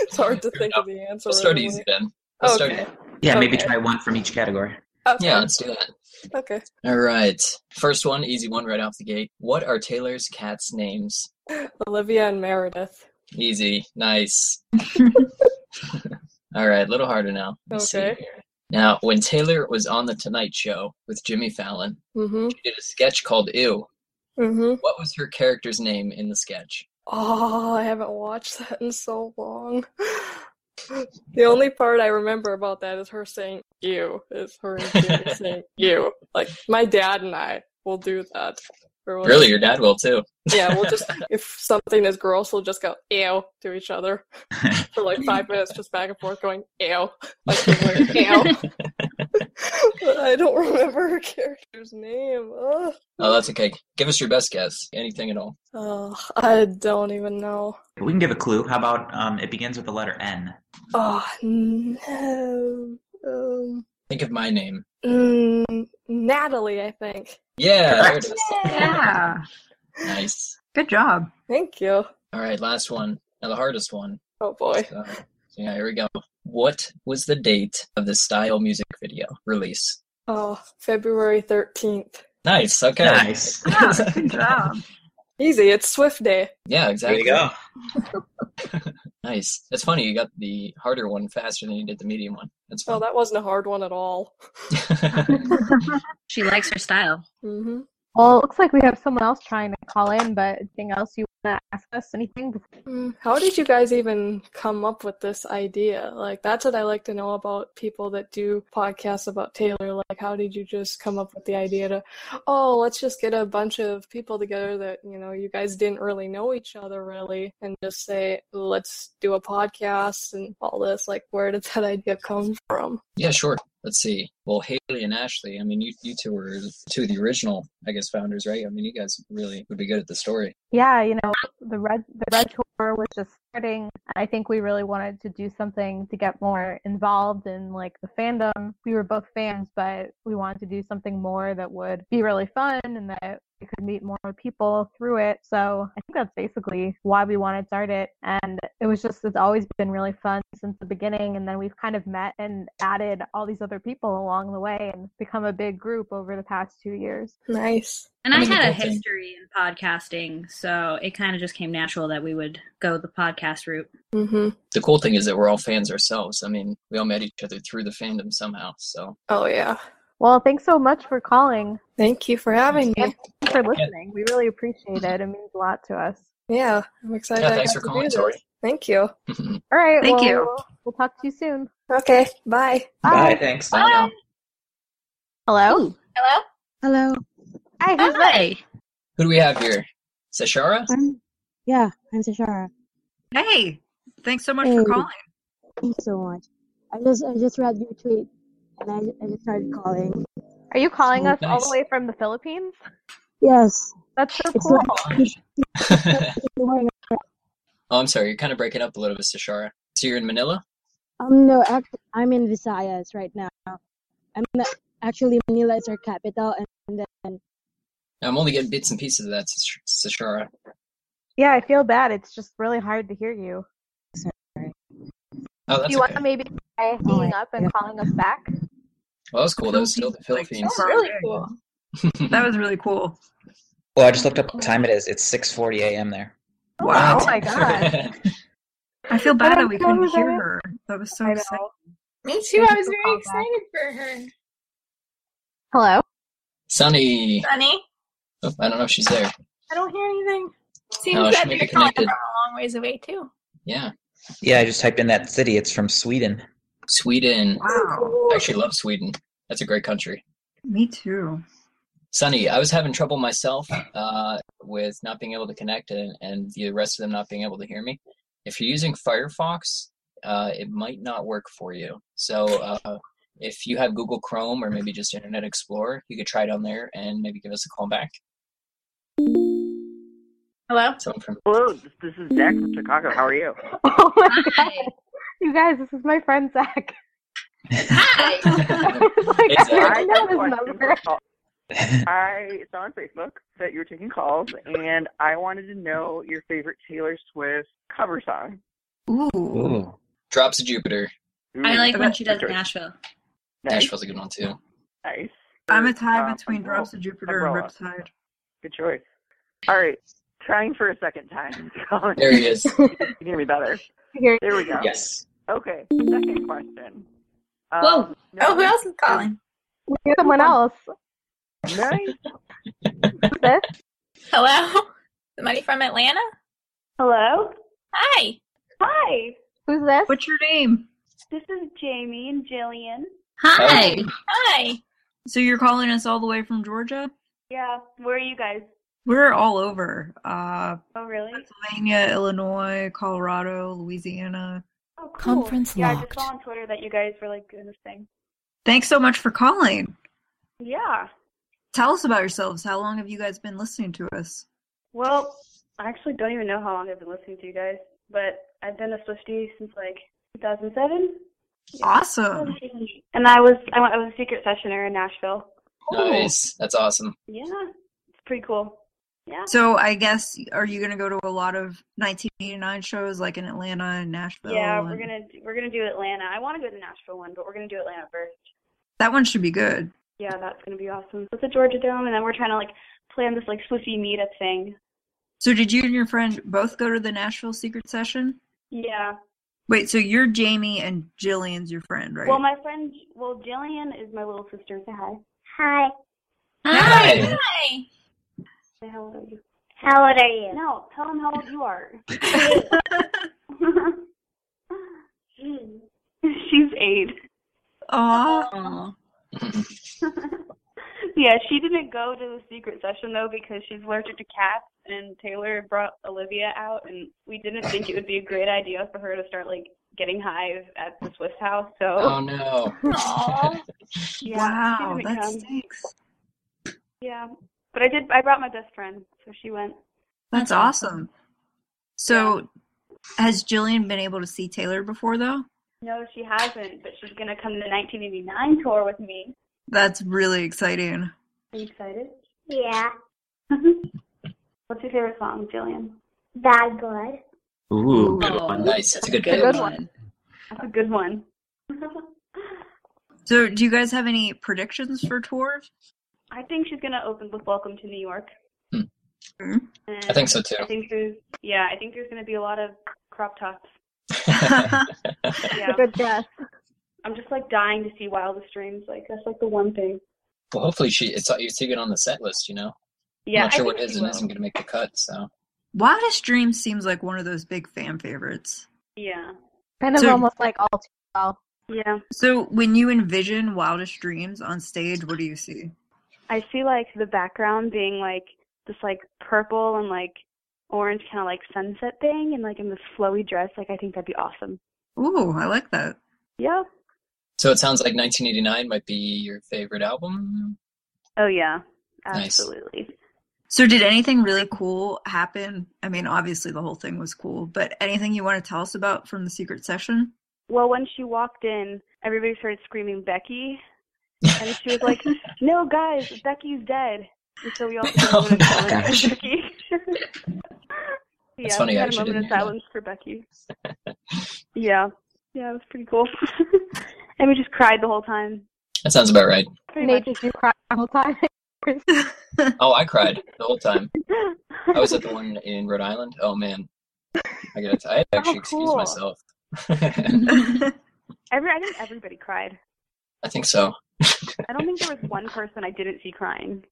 [SPEAKER 9] It's hard to
[SPEAKER 4] Fair
[SPEAKER 9] think
[SPEAKER 4] enough.
[SPEAKER 9] of the answer
[SPEAKER 4] We'll start
[SPEAKER 9] right
[SPEAKER 4] easy
[SPEAKER 9] away.
[SPEAKER 4] then. We'll start
[SPEAKER 9] Okay.
[SPEAKER 4] easy.
[SPEAKER 5] Yeah, maybe
[SPEAKER 9] Okay.
[SPEAKER 5] try one from each category.
[SPEAKER 4] Yeah,
[SPEAKER 9] Okay.
[SPEAKER 4] let's do that.
[SPEAKER 9] Okay.
[SPEAKER 4] All right. First one, easy one right off the gate. What are Taylor's cat's names?
[SPEAKER 9] Olivia and Meredith.
[SPEAKER 4] Easy. Nice. All right, a little harder now. Let's see
[SPEAKER 9] Okay.
[SPEAKER 4] here. Now, when Taylor was on The Tonight Show with Jimmy Fallon,
[SPEAKER 9] Mm-hmm.
[SPEAKER 4] she did a sketch called Ew.
[SPEAKER 9] Mm-hmm.
[SPEAKER 4] What was her character's name in the sketch?
[SPEAKER 9] Oh, I haven't watched that in so long. The only part I remember about that is her saying "you," is her and Jimmy saying "you." Like my dad and I will do that. Or we'll
[SPEAKER 4] Really,
[SPEAKER 9] just-
[SPEAKER 4] your dad will too.
[SPEAKER 9] yeah, we'll just if something is gross, we'll just go "ew" to each other for like five minutes, just back and forth, going "ew," like just like "ew." But I don't remember her character's name. Ugh.
[SPEAKER 4] Oh, that's okay. Give us your best guess. Anything at all.
[SPEAKER 9] Oh, I don't even know.
[SPEAKER 5] We can give a clue. How about um, it begins with the letter N?
[SPEAKER 9] Oh no. Um,
[SPEAKER 4] Think of my name.
[SPEAKER 9] mm, Natalie, I think.
[SPEAKER 4] Yeah, there
[SPEAKER 5] Correct.
[SPEAKER 4] it is.
[SPEAKER 2] Yeah.
[SPEAKER 4] Nice.
[SPEAKER 2] Good job.
[SPEAKER 9] Thank you.
[SPEAKER 4] All right, last one. Now the hardest one.
[SPEAKER 9] Oh boy.
[SPEAKER 4] So, yeah, here we go. What was the date of the Style music video release?
[SPEAKER 9] Oh, February 13th.
[SPEAKER 4] Nice. Okay.
[SPEAKER 5] Nice.
[SPEAKER 2] Yeah, good job.
[SPEAKER 9] Easy, it's Swift Day.
[SPEAKER 4] Yeah,
[SPEAKER 5] There
[SPEAKER 4] exactly.
[SPEAKER 5] you go.
[SPEAKER 4] Nice. That's funny. You got the harder one faster than you did the medium one. That's
[SPEAKER 9] Oh,
[SPEAKER 4] fun.
[SPEAKER 9] that wasn't a hard one at all.
[SPEAKER 10] She likes her style.
[SPEAKER 9] hmm
[SPEAKER 3] Well, it looks like we have someone else trying to call in, but anything else you want to ask us? Anything?
[SPEAKER 9] Mm, How did you guys even come up with this idea? Like, that's what I like to know about people that do podcasts about Taylor. Like, how did you just come up with the idea to, oh, let's just get a bunch of people together that, you know, you guys didn't really know each other really, and just say, let's do a podcast and all this? Like, where did that idea come from?
[SPEAKER 4] Yeah, sure. Let's see. Well, Haley and Ashley, I mean, you, you two were two of the original, I guess, founders, right? I mean, you guys really would be good at the story.
[SPEAKER 3] Yeah, you know, the red the red tour was just starting. I think we really wanted to do something to get more involved in like the fandom. We were both fans, but we wanted to do something more that would be really fun and that we could meet more people through it. So I think that's basically why we wanted to start it. And it was just it's always been really fun since the beginning. And then we've kind of met and added all these other people along the way and become a big group over the past two years.
[SPEAKER 9] Nice.
[SPEAKER 10] And
[SPEAKER 4] I
[SPEAKER 10] I
[SPEAKER 4] mean,
[SPEAKER 10] had a
[SPEAKER 4] the whole thing.
[SPEAKER 10] history in podcasting, so it kind of just came natural that we would go the podcast route.
[SPEAKER 9] hmm
[SPEAKER 4] The cool thing is that we're all fans ourselves. I mean, we all met each other through the fandom somehow. So,
[SPEAKER 9] Oh, yeah.
[SPEAKER 3] Well, thanks so much for calling.
[SPEAKER 9] Thank you for having me.
[SPEAKER 3] Thanks for listening. We really appreciate it. It means a lot to us.
[SPEAKER 9] Yeah, I'm excited.
[SPEAKER 4] yeah,
[SPEAKER 9] I
[SPEAKER 4] thanks
[SPEAKER 9] got
[SPEAKER 4] for calling,
[SPEAKER 9] to do
[SPEAKER 4] Mm-hmm.
[SPEAKER 9] this.
[SPEAKER 4] Tori.
[SPEAKER 9] Thank you.
[SPEAKER 3] All right.
[SPEAKER 10] Thank
[SPEAKER 3] well,
[SPEAKER 10] you.
[SPEAKER 3] We'll, we'll talk to you soon.
[SPEAKER 9] Okay, bye.
[SPEAKER 5] Bye.
[SPEAKER 3] Bye.
[SPEAKER 5] Thanks.
[SPEAKER 4] Bye now.
[SPEAKER 3] Hello.
[SPEAKER 8] Hello?
[SPEAKER 11] Hello.
[SPEAKER 3] Hi. Who's that?
[SPEAKER 10] Hi.
[SPEAKER 4] Who do we have here? Sashara?
[SPEAKER 11] I'm, yeah, I'm Sashara.
[SPEAKER 2] Hey, thanks so much
[SPEAKER 11] Hey.
[SPEAKER 2] for calling.
[SPEAKER 11] Thanks so much. I just I just read your tweet and I, I just started calling.
[SPEAKER 3] Are you calling us all
[SPEAKER 4] Nice.
[SPEAKER 3] the way from the Philippines?
[SPEAKER 11] Yes.
[SPEAKER 3] That's so
[SPEAKER 11] It's
[SPEAKER 3] cool.
[SPEAKER 11] like- Um
[SPEAKER 4] oh, I'm sorry. You're kind of breaking up a little bit, Sashara. So you're in Manila?
[SPEAKER 11] Um, no, act, I'm in Visayas right now. I'm not, actually Manila is our capital and then
[SPEAKER 4] I'm only getting bits and pieces of that, Sash- Sashara.
[SPEAKER 3] yeah, I feel bad. It's just really hard to hear you.
[SPEAKER 4] Oh,
[SPEAKER 3] Do
[SPEAKER 4] that's
[SPEAKER 3] you want
[SPEAKER 4] okay.
[SPEAKER 3] to maybe try hanging up and calling us back?
[SPEAKER 4] Well, that was cool. That was still the
[SPEAKER 2] Philippines,
[SPEAKER 4] Philippines.
[SPEAKER 2] like,
[SPEAKER 9] Really
[SPEAKER 2] super
[SPEAKER 9] cool.
[SPEAKER 2] big. That was really cool.
[SPEAKER 5] Well, I just looked up what time it is. It's 6:40 a.m. there.
[SPEAKER 2] Wow.
[SPEAKER 3] Oh my god.
[SPEAKER 2] I feel
[SPEAKER 3] I
[SPEAKER 2] bad that
[SPEAKER 3] don't
[SPEAKER 2] we
[SPEAKER 3] know
[SPEAKER 2] couldn't
[SPEAKER 3] who that
[SPEAKER 2] hear
[SPEAKER 3] is.
[SPEAKER 2] her. That was so
[SPEAKER 3] I know.
[SPEAKER 2] exciting.
[SPEAKER 8] Me too.
[SPEAKER 3] Thank
[SPEAKER 8] I
[SPEAKER 3] you
[SPEAKER 8] was
[SPEAKER 3] for
[SPEAKER 8] very
[SPEAKER 3] calling back.
[SPEAKER 8] excited for her.
[SPEAKER 3] Hello.
[SPEAKER 4] Sunny.
[SPEAKER 8] Sunny,
[SPEAKER 4] Oh, I don't know if she's there.
[SPEAKER 8] I don't hear anything. Seems
[SPEAKER 4] No, she
[SPEAKER 8] that
[SPEAKER 4] may be
[SPEAKER 8] you're calling from
[SPEAKER 4] connected.
[SPEAKER 8] a long ways away too.
[SPEAKER 4] Yeah.
[SPEAKER 5] Yeah, I just typed in that city. It's from Sweden.
[SPEAKER 4] Sweden.
[SPEAKER 2] Wow.
[SPEAKER 4] I actually love Sweden. That's a great country.
[SPEAKER 2] Me too.
[SPEAKER 4] Sunny, I was having trouble myself uh, with not being able to connect and, and the rest of them not being able to hear me. If you're using Firefox, uh, it might not work for you. So uh, if you have Google Chrome or maybe just Internet Explorer, you could try it on there and maybe give us a call back.
[SPEAKER 8] Hello?
[SPEAKER 4] Someone from
[SPEAKER 12] Hello, this, this is Zach from Chicago. How are you?
[SPEAKER 3] Oh my god.
[SPEAKER 10] Hi.
[SPEAKER 3] You guys, this is my friend Zach.
[SPEAKER 8] Hi!
[SPEAKER 3] I was like,
[SPEAKER 4] Hey, Zach.
[SPEAKER 3] I don't know
[SPEAKER 12] have a
[SPEAKER 3] his
[SPEAKER 12] question
[SPEAKER 3] number.
[SPEAKER 12] for y'all. I saw on Facebook that you were taking calls, and I wanted to know your favorite Taylor Swift cover song.
[SPEAKER 2] Ooh.
[SPEAKER 5] Ooh.
[SPEAKER 4] Drops of Jupiter.
[SPEAKER 12] Ooh,
[SPEAKER 4] Mm,
[SPEAKER 10] I like when
[SPEAKER 12] that's
[SPEAKER 10] she does
[SPEAKER 12] good choice.
[SPEAKER 10] Nashville.
[SPEAKER 12] Nice,
[SPEAKER 4] Nashville's a good one too.
[SPEAKER 12] Nice.
[SPEAKER 2] I'm a
[SPEAKER 12] Um,
[SPEAKER 2] tie between Drops of
[SPEAKER 12] Umbrella.
[SPEAKER 2] Jupiter and
[SPEAKER 12] Umbrella.
[SPEAKER 2] Riptide.
[SPEAKER 12] Good choice. All right, trying for a second time. Colin,
[SPEAKER 4] There he is.
[SPEAKER 12] you can hear me better.
[SPEAKER 3] Here.
[SPEAKER 12] There we go.
[SPEAKER 5] Yes.
[SPEAKER 12] Okay, second question. Um,
[SPEAKER 8] Whoa. Oh, who
[SPEAKER 12] nice.
[SPEAKER 8] else is calling?
[SPEAKER 3] We have someone else.
[SPEAKER 12] Nice.
[SPEAKER 3] Who's this?
[SPEAKER 8] Hello? Somebody from Atlanta?
[SPEAKER 13] Hello?
[SPEAKER 8] Hi!
[SPEAKER 13] Hi,
[SPEAKER 3] Who's this?
[SPEAKER 2] What's your name?
[SPEAKER 13] this is Jamie and Jillian.
[SPEAKER 10] Hi.
[SPEAKER 4] Oh.
[SPEAKER 8] Hi!
[SPEAKER 2] So you're calling us all the way from Georgia?
[SPEAKER 13] Yeah, where are you guys?
[SPEAKER 2] We're all over. Uh,
[SPEAKER 13] Oh, really?
[SPEAKER 2] Pennsylvania, Illinois, Colorado, Louisiana.
[SPEAKER 13] Oh, cool.
[SPEAKER 1] Conference
[SPEAKER 13] yeah, I
[SPEAKER 1] locked.
[SPEAKER 13] just saw on Twitter that you guys were like doing this thing.
[SPEAKER 2] Thanks so much for calling.
[SPEAKER 13] Yeah.
[SPEAKER 2] Tell us about yourselves. How long have you guys been listening to us?
[SPEAKER 13] Well, I actually don't even know how long I've been listening to you guys, but I've been a Swiftie since like 2007.
[SPEAKER 2] Awesome.
[SPEAKER 13] And I was I, went, I was a secret sessioner in Nashville.
[SPEAKER 4] Nice. That's awesome.
[SPEAKER 13] Yeah, it's pretty cool.
[SPEAKER 14] Yeah.
[SPEAKER 2] So I guess are you gonna go to a lot of 1989 shows like in Atlanta and Nashville?
[SPEAKER 14] yeah, we're
[SPEAKER 2] and-
[SPEAKER 14] gonna we're gonna do Atlanta. I want to go to the Nashville one, but we're gonna do Atlanta first.
[SPEAKER 2] That one should be good.
[SPEAKER 14] Yeah, that's gonna be awesome. So it's a Georgia Dome, and then we're trying to like plan this like Swifty meetup thing.
[SPEAKER 2] So did you and your friend both go to the Nashville Secret Session?
[SPEAKER 14] Yeah.
[SPEAKER 2] Wait, so you're Jamie and Jillian's your friend, right?
[SPEAKER 14] Well, my friend, well, Jillian is my little sister. Say hi.
[SPEAKER 12] Hi.
[SPEAKER 2] Hi.
[SPEAKER 14] Hi. Say how old are you?
[SPEAKER 12] How old are you?
[SPEAKER 14] No, tell them how old you are.
[SPEAKER 12] Hmm.
[SPEAKER 14] She's eight.
[SPEAKER 2] Aww.
[SPEAKER 14] Yeah, she didn't go to the secret session though because she's allergic to cats, and Taylor brought Olivia out, and we didn't think it would be a great idea for her to start like getting hives at the Swiss house. So.
[SPEAKER 4] Oh no.
[SPEAKER 14] Yeah,
[SPEAKER 2] Wow,
[SPEAKER 14] she didn't
[SPEAKER 2] that
[SPEAKER 14] come.
[SPEAKER 2] stinks.
[SPEAKER 14] Yeah, but I did. I brought my best friend, so she went.
[SPEAKER 2] That's awesome. So has Jillian been able to see Taylor before though?
[SPEAKER 14] No, she hasn't, but she's gonna come to the 1989 tour with me.
[SPEAKER 2] That's really exciting.
[SPEAKER 14] Are you excited?
[SPEAKER 12] Yeah.
[SPEAKER 14] What's your favorite song, Jillian?
[SPEAKER 12] Bad blood.
[SPEAKER 4] Ooh,
[SPEAKER 14] good one.
[SPEAKER 4] Nice. That's a good,
[SPEAKER 14] Oh, Good
[SPEAKER 4] pick.
[SPEAKER 14] one. That's a good one.
[SPEAKER 2] So do you guys have any predictions for tours?
[SPEAKER 14] I think she's gonna open with "Welcome to New York."
[SPEAKER 4] Mm-hmm.
[SPEAKER 14] And
[SPEAKER 4] I think so, too.
[SPEAKER 14] I think there's, yeah, I think there's gonna be a lot of crop tops. yeah.
[SPEAKER 15] Good guess.
[SPEAKER 14] I'm just like dying to see Wildest Dreams. Like that's like the one thing.
[SPEAKER 4] Well, hopefully she it's you see it on the set list, you know.
[SPEAKER 14] Yeah,
[SPEAKER 4] I'm not
[SPEAKER 14] I
[SPEAKER 4] sure what
[SPEAKER 14] think
[SPEAKER 4] is
[SPEAKER 14] she
[SPEAKER 4] and
[SPEAKER 14] will.
[SPEAKER 4] isn't going to make the cut. So
[SPEAKER 2] Wildest Dream seems like one of those big fan favorites.
[SPEAKER 14] Yeah.
[SPEAKER 15] Kind of
[SPEAKER 2] So-
[SPEAKER 15] almost like all too well.
[SPEAKER 14] Yeah.
[SPEAKER 2] So when you envision Wildest Dreams on stage, what do you see?
[SPEAKER 14] I see like the background being like this like purple and like orange kind of like sunset thing, and like in this flowy dress. Like I think that'd be awesome.
[SPEAKER 2] Ooh, I like that.
[SPEAKER 14] Yeah.
[SPEAKER 4] so it sounds like 1989 might be your favorite album.
[SPEAKER 14] Oh yeah.
[SPEAKER 4] Nice.
[SPEAKER 14] Absolutely.
[SPEAKER 2] So did anything really cool happen? I mean, obviously the whole thing was cool, but anything you want to tell us about from the secret session?
[SPEAKER 14] Well, when she walked in, everybody started screaming Becky, and she was like, "No, guys, Becky's dead." And so we all had
[SPEAKER 4] Oh,
[SPEAKER 14] a moment of silence for Becky. yeah,
[SPEAKER 4] funny,
[SPEAKER 14] we
[SPEAKER 4] I
[SPEAKER 14] had a moment
[SPEAKER 4] actually
[SPEAKER 14] of
[SPEAKER 4] didn't hear that.
[SPEAKER 14] silence for Becky. yeah, yeah, it was pretty cool. and we just cried the whole time.
[SPEAKER 4] That sounds about right.
[SPEAKER 15] Nate, did you cry the whole time?
[SPEAKER 4] Oh, I cried the whole time. I was at the one in Rhode Island. Oh man, I got I had to actually excuse
[SPEAKER 14] Oh, cool.
[SPEAKER 4] myself.
[SPEAKER 14] Every, I think everybody cried.
[SPEAKER 4] I think so.
[SPEAKER 14] I don't think there was one person I didn't see crying.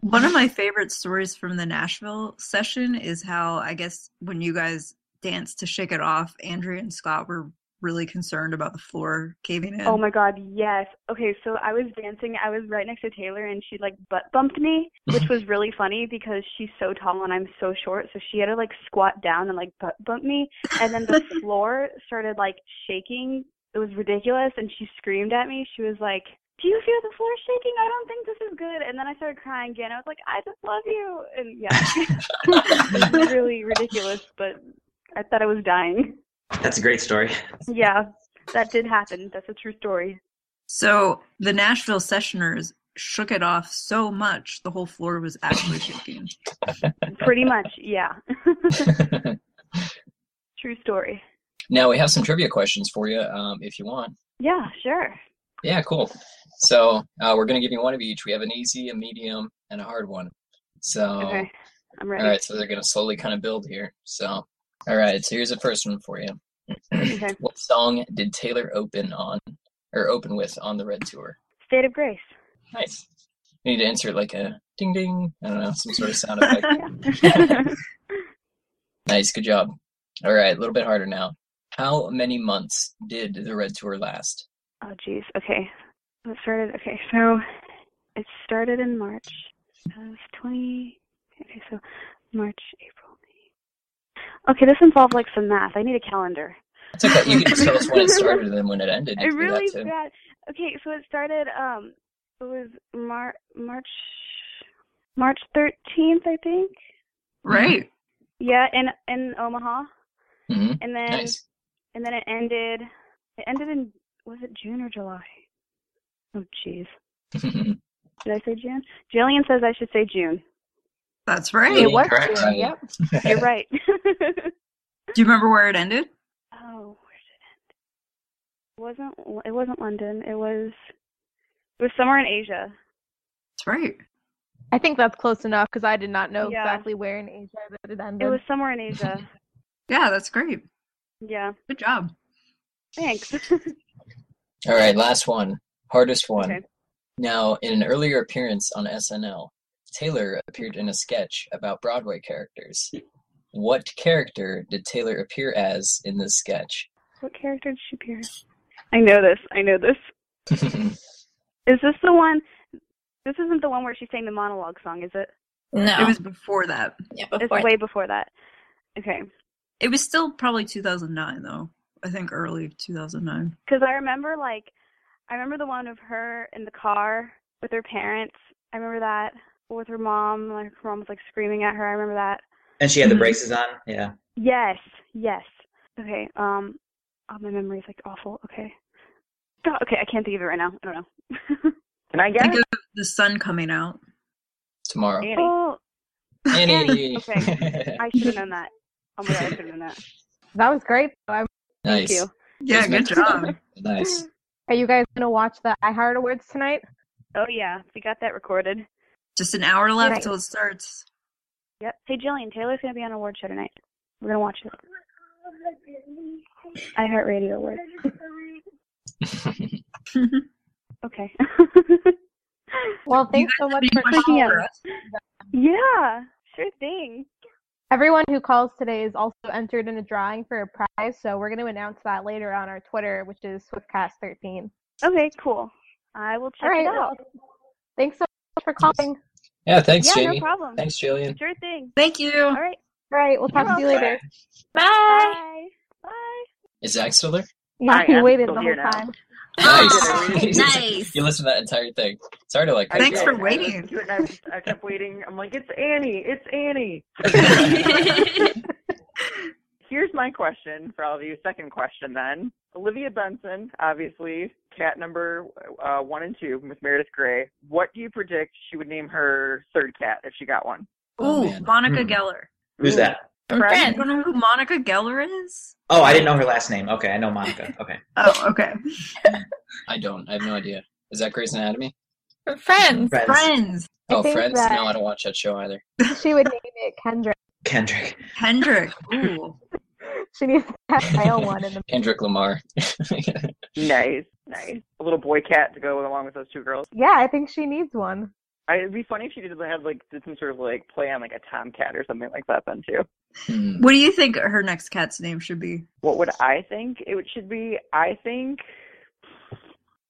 [SPEAKER 2] One of my favorite stories from the Nashville session is how I guess when you guys danced to Shake It Off, Andrea and Scott were really concerned about the floor caving in.
[SPEAKER 14] Oh my god, yes. Okay, so I was dancing. I was right next to Taylor, and she like butt bumped me, which was really funny because she's so tall and I'm so short. So she had to like squat down and like butt bump me, and then the floor started like shaking. It was ridiculous, and she screamed at me. She was like, "Do you feel the floor shaking? I don't think this is good." And then I started crying again. I was like, "I just love you," and yeah, it was really ridiculous. But I thought I was dying.
[SPEAKER 5] That's a great story.
[SPEAKER 14] Yeah, that did happen. That's a true story.
[SPEAKER 2] So the Nashville sessioners shook it off so much the whole floor was actually shaking.
[SPEAKER 14] Pretty much, yeah. True story.
[SPEAKER 4] Now we have some trivia questions for you, um, if you want.
[SPEAKER 14] Yeah, sure.
[SPEAKER 4] Yeah, cool. So uh, we're going to give you one of each. We have an easy, a medium, and a hard one. So,
[SPEAKER 14] Okay, I'm ready.
[SPEAKER 4] all right, so they're going to slowly kind of build here. So, all right, so here's the first one for you.
[SPEAKER 14] Okay.
[SPEAKER 4] What song did Taylor open on or open with on the Red Tour?
[SPEAKER 14] State of Grace.
[SPEAKER 4] Nice. You need to insert like a ding ding. I don't know, some sort of sound effect. nice, good job. All right, a little bit harder now. How many months did the Red Tour last?
[SPEAKER 14] Oh, geez. Okay. It started. Okay, so it started in March of 20. Okay, so March, April, May. Okay, this involves like some math. I need a calendar.
[SPEAKER 4] It's okay. You can just tell us when it started and then when it ended.
[SPEAKER 14] I
[SPEAKER 4] You can do that
[SPEAKER 14] really
[SPEAKER 4] too.
[SPEAKER 14] bad. Okay, so it started. Um, it was Mar- March, March 13th, I think.
[SPEAKER 2] Right. Mm-hmm.
[SPEAKER 14] Yeah, in in Omaha.
[SPEAKER 4] Mhm.
[SPEAKER 14] And then
[SPEAKER 4] Nice.
[SPEAKER 14] and then it ended it ended in was it June or July? Oh jeez. Did I say June? Jillian says I should say June.
[SPEAKER 2] That's right.
[SPEAKER 14] It was June. Yep, you're right.
[SPEAKER 2] Do you remember where it ended?
[SPEAKER 14] Oh, where did it end? It wasn't. It wasn't London. It was. It was somewhere in Asia.
[SPEAKER 2] That's right.
[SPEAKER 3] I think that's close enough because I did not know
[SPEAKER 14] Yeah.
[SPEAKER 3] exactly where in Asia that it ended.
[SPEAKER 14] It was somewhere in Asia.
[SPEAKER 2] Yeah, that's great.
[SPEAKER 14] yeah.
[SPEAKER 2] Good job.
[SPEAKER 14] Thanks.
[SPEAKER 4] All right, last one. Hardest one.
[SPEAKER 14] Okay.
[SPEAKER 4] Now, in an earlier appearance on SNL, Taylor appeared in a sketch about Broadway characters. What character did Taylor appear as in this sketch?
[SPEAKER 14] what character did she appear? as? I know this. I know this. Is this the one? This isn't the one where she sang the monologue song, is it?
[SPEAKER 16] No.
[SPEAKER 2] It was before that.
[SPEAKER 16] Yeah,
[SPEAKER 14] it's way before that. Okay.
[SPEAKER 2] It was still probably 2009 though. I think early 2009.
[SPEAKER 14] Because I remember like, I remember the one of her in the car with her parents. I remember that with her mom. Like her mom was like screaming at her. I remember that.
[SPEAKER 5] And she had
[SPEAKER 4] Hmm.
[SPEAKER 5] the braces on. Yeah.
[SPEAKER 14] Yes. Yes. Okay. Um. Oh, my memory's like awful. Okay. God, okay, I can't think of it right now. I don't know.
[SPEAKER 12] Can I
[SPEAKER 2] Think of the sun coming out.
[SPEAKER 4] Tomorrow.
[SPEAKER 14] Oh,
[SPEAKER 4] Annie.
[SPEAKER 14] okay. I should have known that. Oh my god, I should have known that.
[SPEAKER 3] That was great. i
[SPEAKER 4] Nice.
[SPEAKER 3] Thank you.
[SPEAKER 4] Yeah, good job. Nice.
[SPEAKER 3] Are you guys gonna watch the iHeart Awards tonight?
[SPEAKER 14] Oh yeah, we got that recorded.
[SPEAKER 2] Just an hour left
[SPEAKER 14] Right.
[SPEAKER 2] till it starts.
[SPEAKER 14] Yep. Hey, Jillian, Taylor's gonna be on award show tonight. We're gonna watch it. I Heart Radio Award. okay.
[SPEAKER 3] Well, thanks so much for calling.
[SPEAKER 14] Yeah, sure thing.
[SPEAKER 3] Everyone who calls today is also entered in a drawing for a prize, so we're going to announce that later on our Twitter, which is SwiftCast13.
[SPEAKER 14] Okay, cool. I will check
[SPEAKER 3] All right,
[SPEAKER 14] it out.
[SPEAKER 3] Thanks so much for calling.
[SPEAKER 4] Yeah, thanks,
[SPEAKER 14] yeah,
[SPEAKER 4] Jamie.
[SPEAKER 14] no problem.
[SPEAKER 4] Thanks, Jillian.
[SPEAKER 14] Sure thing.
[SPEAKER 2] Thank you.
[SPEAKER 14] All right.
[SPEAKER 3] All right, we'll talk to you later.
[SPEAKER 14] Bye.
[SPEAKER 4] Is Zach still there?
[SPEAKER 3] Now
[SPEAKER 14] Hi,
[SPEAKER 3] he
[SPEAKER 14] I'm
[SPEAKER 3] waited
[SPEAKER 14] still
[SPEAKER 3] the
[SPEAKER 14] here
[SPEAKER 3] whole
[SPEAKER 14] now.
[SPEAKER 3] time.
[SPEAKER 12] Oh,
[SPEAKER 4] Nice.
[SPEAKER 17] nice.
[SPEAKER 4] you listened to that entire thing. Sorry to like.
[SPEAKER 12] I
[SPEAKER 4] cut you
[SPEAKER 12] did.
[SPEAKER 4] off.
[SPEAKER 12] I listened to it and I, was- I kept waiting. I'm like, it's Annie. It's Annie. Here's my question for all of you. Second question then. Olivia Benson, obviously, cat number uh, one and two with Meredith Grey. What do you predict she would name her third cat if she got one?
[SPEAKER 4] Oh,
[SPEAKER 2] Ooh, Monica
[SPEAKER 4] Hmm.
[SPEAKER 2] Geller.
[SPEAKER 5] Who's that?
[SPEAKER 2] Right? You don't know who Monica Geller is?
[SPEAKER 5] Oh, I didn't know her last name. Okay, I know Monica. Okay.
[SPEAKER 2] Oh, okay.
[SPEAKER 4] I don't. I have no idea. Is that Grey's Anatomy?
[SPEAKER 5] Friends.
[SPEAKER 16] Friends.
[SPEAKER 2] Friends.
[SPEAKER 4] Oh,
[SPEAKER 3] think
[SPEAKER 4] Friends.
[SPEAKER 3] that-
[SPEAKER 4] No, I don't watch that show either.
[SPEAKER 3] She would name it Kendrick.
[SPEAKER 5] Kendrick.
[SPEAKER 2] Kendrick. Oool.
[SPEAKER 3] She needs to have male one in the
[SPEAKER 4] Kendrick Lamar.
[SPEAKER 12] Nice, nice. A little boy cat to go along with those two girls.
[SPEAKER 3] Yeah, I think she needs one.
[SPEAKER 12] I, it'd be funny if she did have like did some sort of like play on like a tomcat or something like that then too.
[SPEAKER 2] What do you think her next cat's name should be?
[SPEAKER 12] What would I think it would- should be? I think,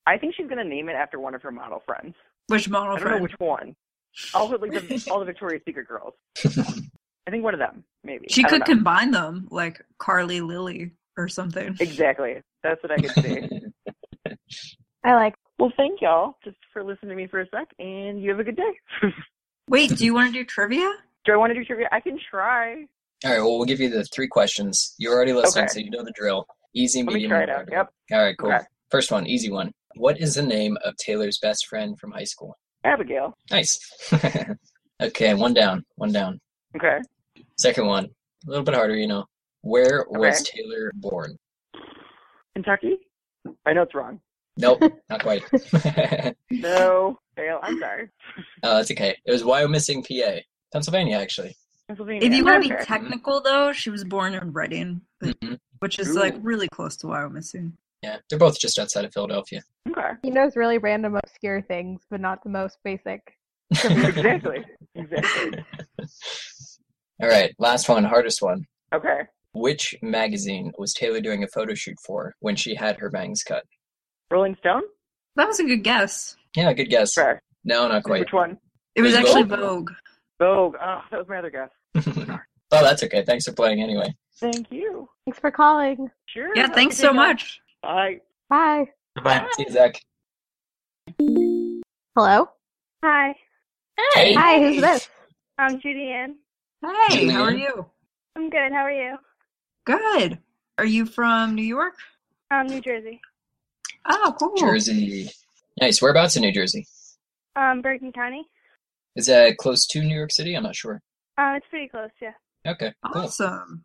[SPEAKER 12] I think she's gonna name it after one of her model friends.
[SPEAKER 2] Which model
[SPEAKER 12] I don't know
[SPEAKER 2] friend?
[SPEAKER 12] which one. All the, like the, all the Victoria's Secret girls. I think one of them maybe.
[SPEAKER 2] She
[SPEAKER 12] I don't
[SPEAKER 2] could
[SPEAKER 12] know.
[SPEAKER 2] combine them, like Carly Lily or something.
[SPEAKER 12] Exactly. That's what I could see.
[SPEAKER 3] I like.
[SPEAKER 12] well, thank y'all just for listening to me for a sec, and you have a good day.
[SPEAKER 2] Wait, do you want to do trivia?
[SPEAKER 12] Do I want to do trivia? I can try.
[SPEAKER 4] All right. Well, we'll give you the three questions. You're already listening,
[SPEAKER 12] Okay.
[SPEAKER 4] so you know the drill. Easy,
[SPEAKER 12] Let me
[SPEAKER 4] medium,
[SPEAKER 12] try
[SPEAKER 4] and
[SPEAKER 12] it out.
[SPEAKER 4] hard.
[SPEAKER 12] Yep.
[SPEAKER 4] All right. Cool.
[SPEAKER 12] Okay.
[SPEAKER 4] First one, easy one. What is the name of Taylor's best friend from high school?
[SPEAKER 12] Abigail.
[SPEAKER 4] Nice. okay, one down. One down.
[SPEAKER 12] Okay.
[SPEAKER 4] Second one, a little bit harder, you know. Where was
[SPEAKER 12] Okay.
[SPEAKER 4] Taylor born?
[SPEAKER 12] Kentucky. I know it's wrong.
[SPEAKER 4] Nope, not quite. uh,
[SPEAKER 12] No, fail. I'm sorry.
[SPEAKER 4] Oh, that's okay. It was Wyomissing, PA, Pennsylvania, actually.
[SPEAKER 12] Pennsylvania.
[SPEAKER 2] If you want to be
[SPEAKER 12] Okay.
[SPEAKER 2] technical, though, she was born in Reading,
[SPEAKER 4] Mhm.
[SPEAKER 2] which is
[SPEAKER 12] Ooh.
[SPEAKER 2] like really close to Wyomissing.
[SPEAKER 4] Yeah, they're both just outside of Philadelphia.
[SPEAKER 12] Okay.
[SPEAKER 3] He knows really random, obscure things, but not the most basic.
[SPEAKER 12] Exactly. Exactly.
[SPEAKER 4] All right, last one, hardest one.
[SPEAKER 12] Okay.
[SPEAKER 4] Which magazine was Taylor doing a photo shoot for when she had her bangs cut?
[SPEAKER 12] Rolling Stone.
[SPEAKER 2] That was a good guess.
[SPEAKER 4] Yeah, good guess.
[SPEAKER 12] Fair.
[SPEAKER 4] No, not quite.
[SPEAKER 12] Which one?
[SPEAKER 2] It was
[SPEAKER 4] Is
[SPEAKER 2] actually
[SPEAKER 4] Vogue?
[SPEAKER 2] Vogue.
[SPEAKER 12] Vogue. Oh, that was my other guess.
[SPEAKER 4] oh, that's okay. Thanks for playing anyway.
[SPEAKER 12] Thank you.
[SPEAKER 3] Thanks for calling.
[SPEAKER 12] Sure.
[SPEAKER 2] Yeah,
[SPEAKER 12] Have a
[SPEAKER 2] thanks
[SPEAKER 12] good
[SPEAKER 2] so
[SPEAKER 12] day.
[SPEAKER 2] much.
[SPEAKER 12] Bye.
[SPEAKER 3] Bye.
[SPEAKER 5] Goodbye.
[SPEAKER 4] See you, Zach.
[SPEAKER 3] Hello.
[SPEAKER 18] Hi,
[SPEAKER 4] Hey.
[SPEAKER 3] Hi, who's this?
[SPEAKER 18] I'm Judy Ann.
[SPEAKER 2] Hey, how are
[SPEAKER 4] Julianne.
[SPEAKER 2] you?
[SPEAKER 18] I'm good. How are you?
[SPEAKER 2] Good. Are you from New York?
[SPEAKER 18] Um, New Jersey.
[SPEAKER 2] Oh, cool.
[SPEAKER 4] Jersey. Nice. Whereabouts in New Jersey?
[SPEAKER 18] Um, Bergen County.
[SPEAKER 4] Is that close to New York City? I'm not sure.
[SPEAKER 14] Um, it's pretty close, yeah.
[SPEAKER 4] Okay, cool.
[SPEAKER 2] Awesome.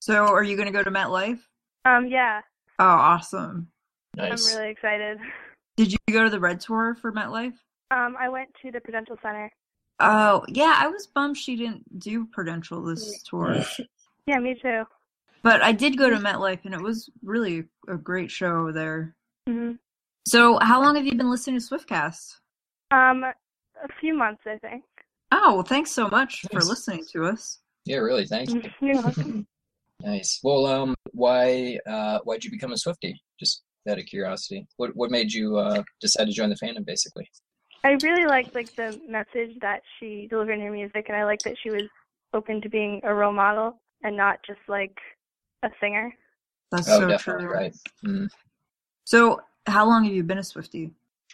[SPEAKER 2] So, are you going to go to MetLife?
[SPEAKER 14] Um, yeah.
[SPEAKER 2] Oh, awesome.
[SPEAKER 14] I'm really excited.
[SPEAKER 2] Did you go to the Red Tour for MetLife?
[SPEAKER 14] Um, I went to the Prudential Center.
[SPEAKER 2] Oh, yeah. I was bummed she didn't do Prudential
[SPEAKER 18] Mm.
[SPEAKER 2] this tour.
[SPEAKER 14] Yeah, me too.
[SPEAKER 2] But I did go to MetLife, and it was really a great show there.
[SPEAKER 14] Mhm.
[SPEAKER 2] So, how long have you been listening to Swiftcast?
[SPEAKER 14] Um, a few months, I think.
[SPEAKER 2] Oh, well, thanks so much for listening to us.
[SPEAKER 4] Yeah, really. Thank you.
[SPEAKER 14] You're welcome.
[SPEAKER 4] Nice. Well, um, why uh, why'd you become a Swifty? Just out of curiosity, what what made you uh, decide to join the fandom? Basically,
[SPEAKER 14] I really liked like the message that she delivered in her music, and I liked that she was open to being a role model and not just like a singer.
[SPEAKER 2] That's
[SPEAKER 4] oh,
[SPEAKER 2] so
[SPEAKER 4] definitely
[SPEAKER 2] true.
[SPEAKER 4] right. Mm.
[SPEAKER 2] So, how long have you been a Swifty?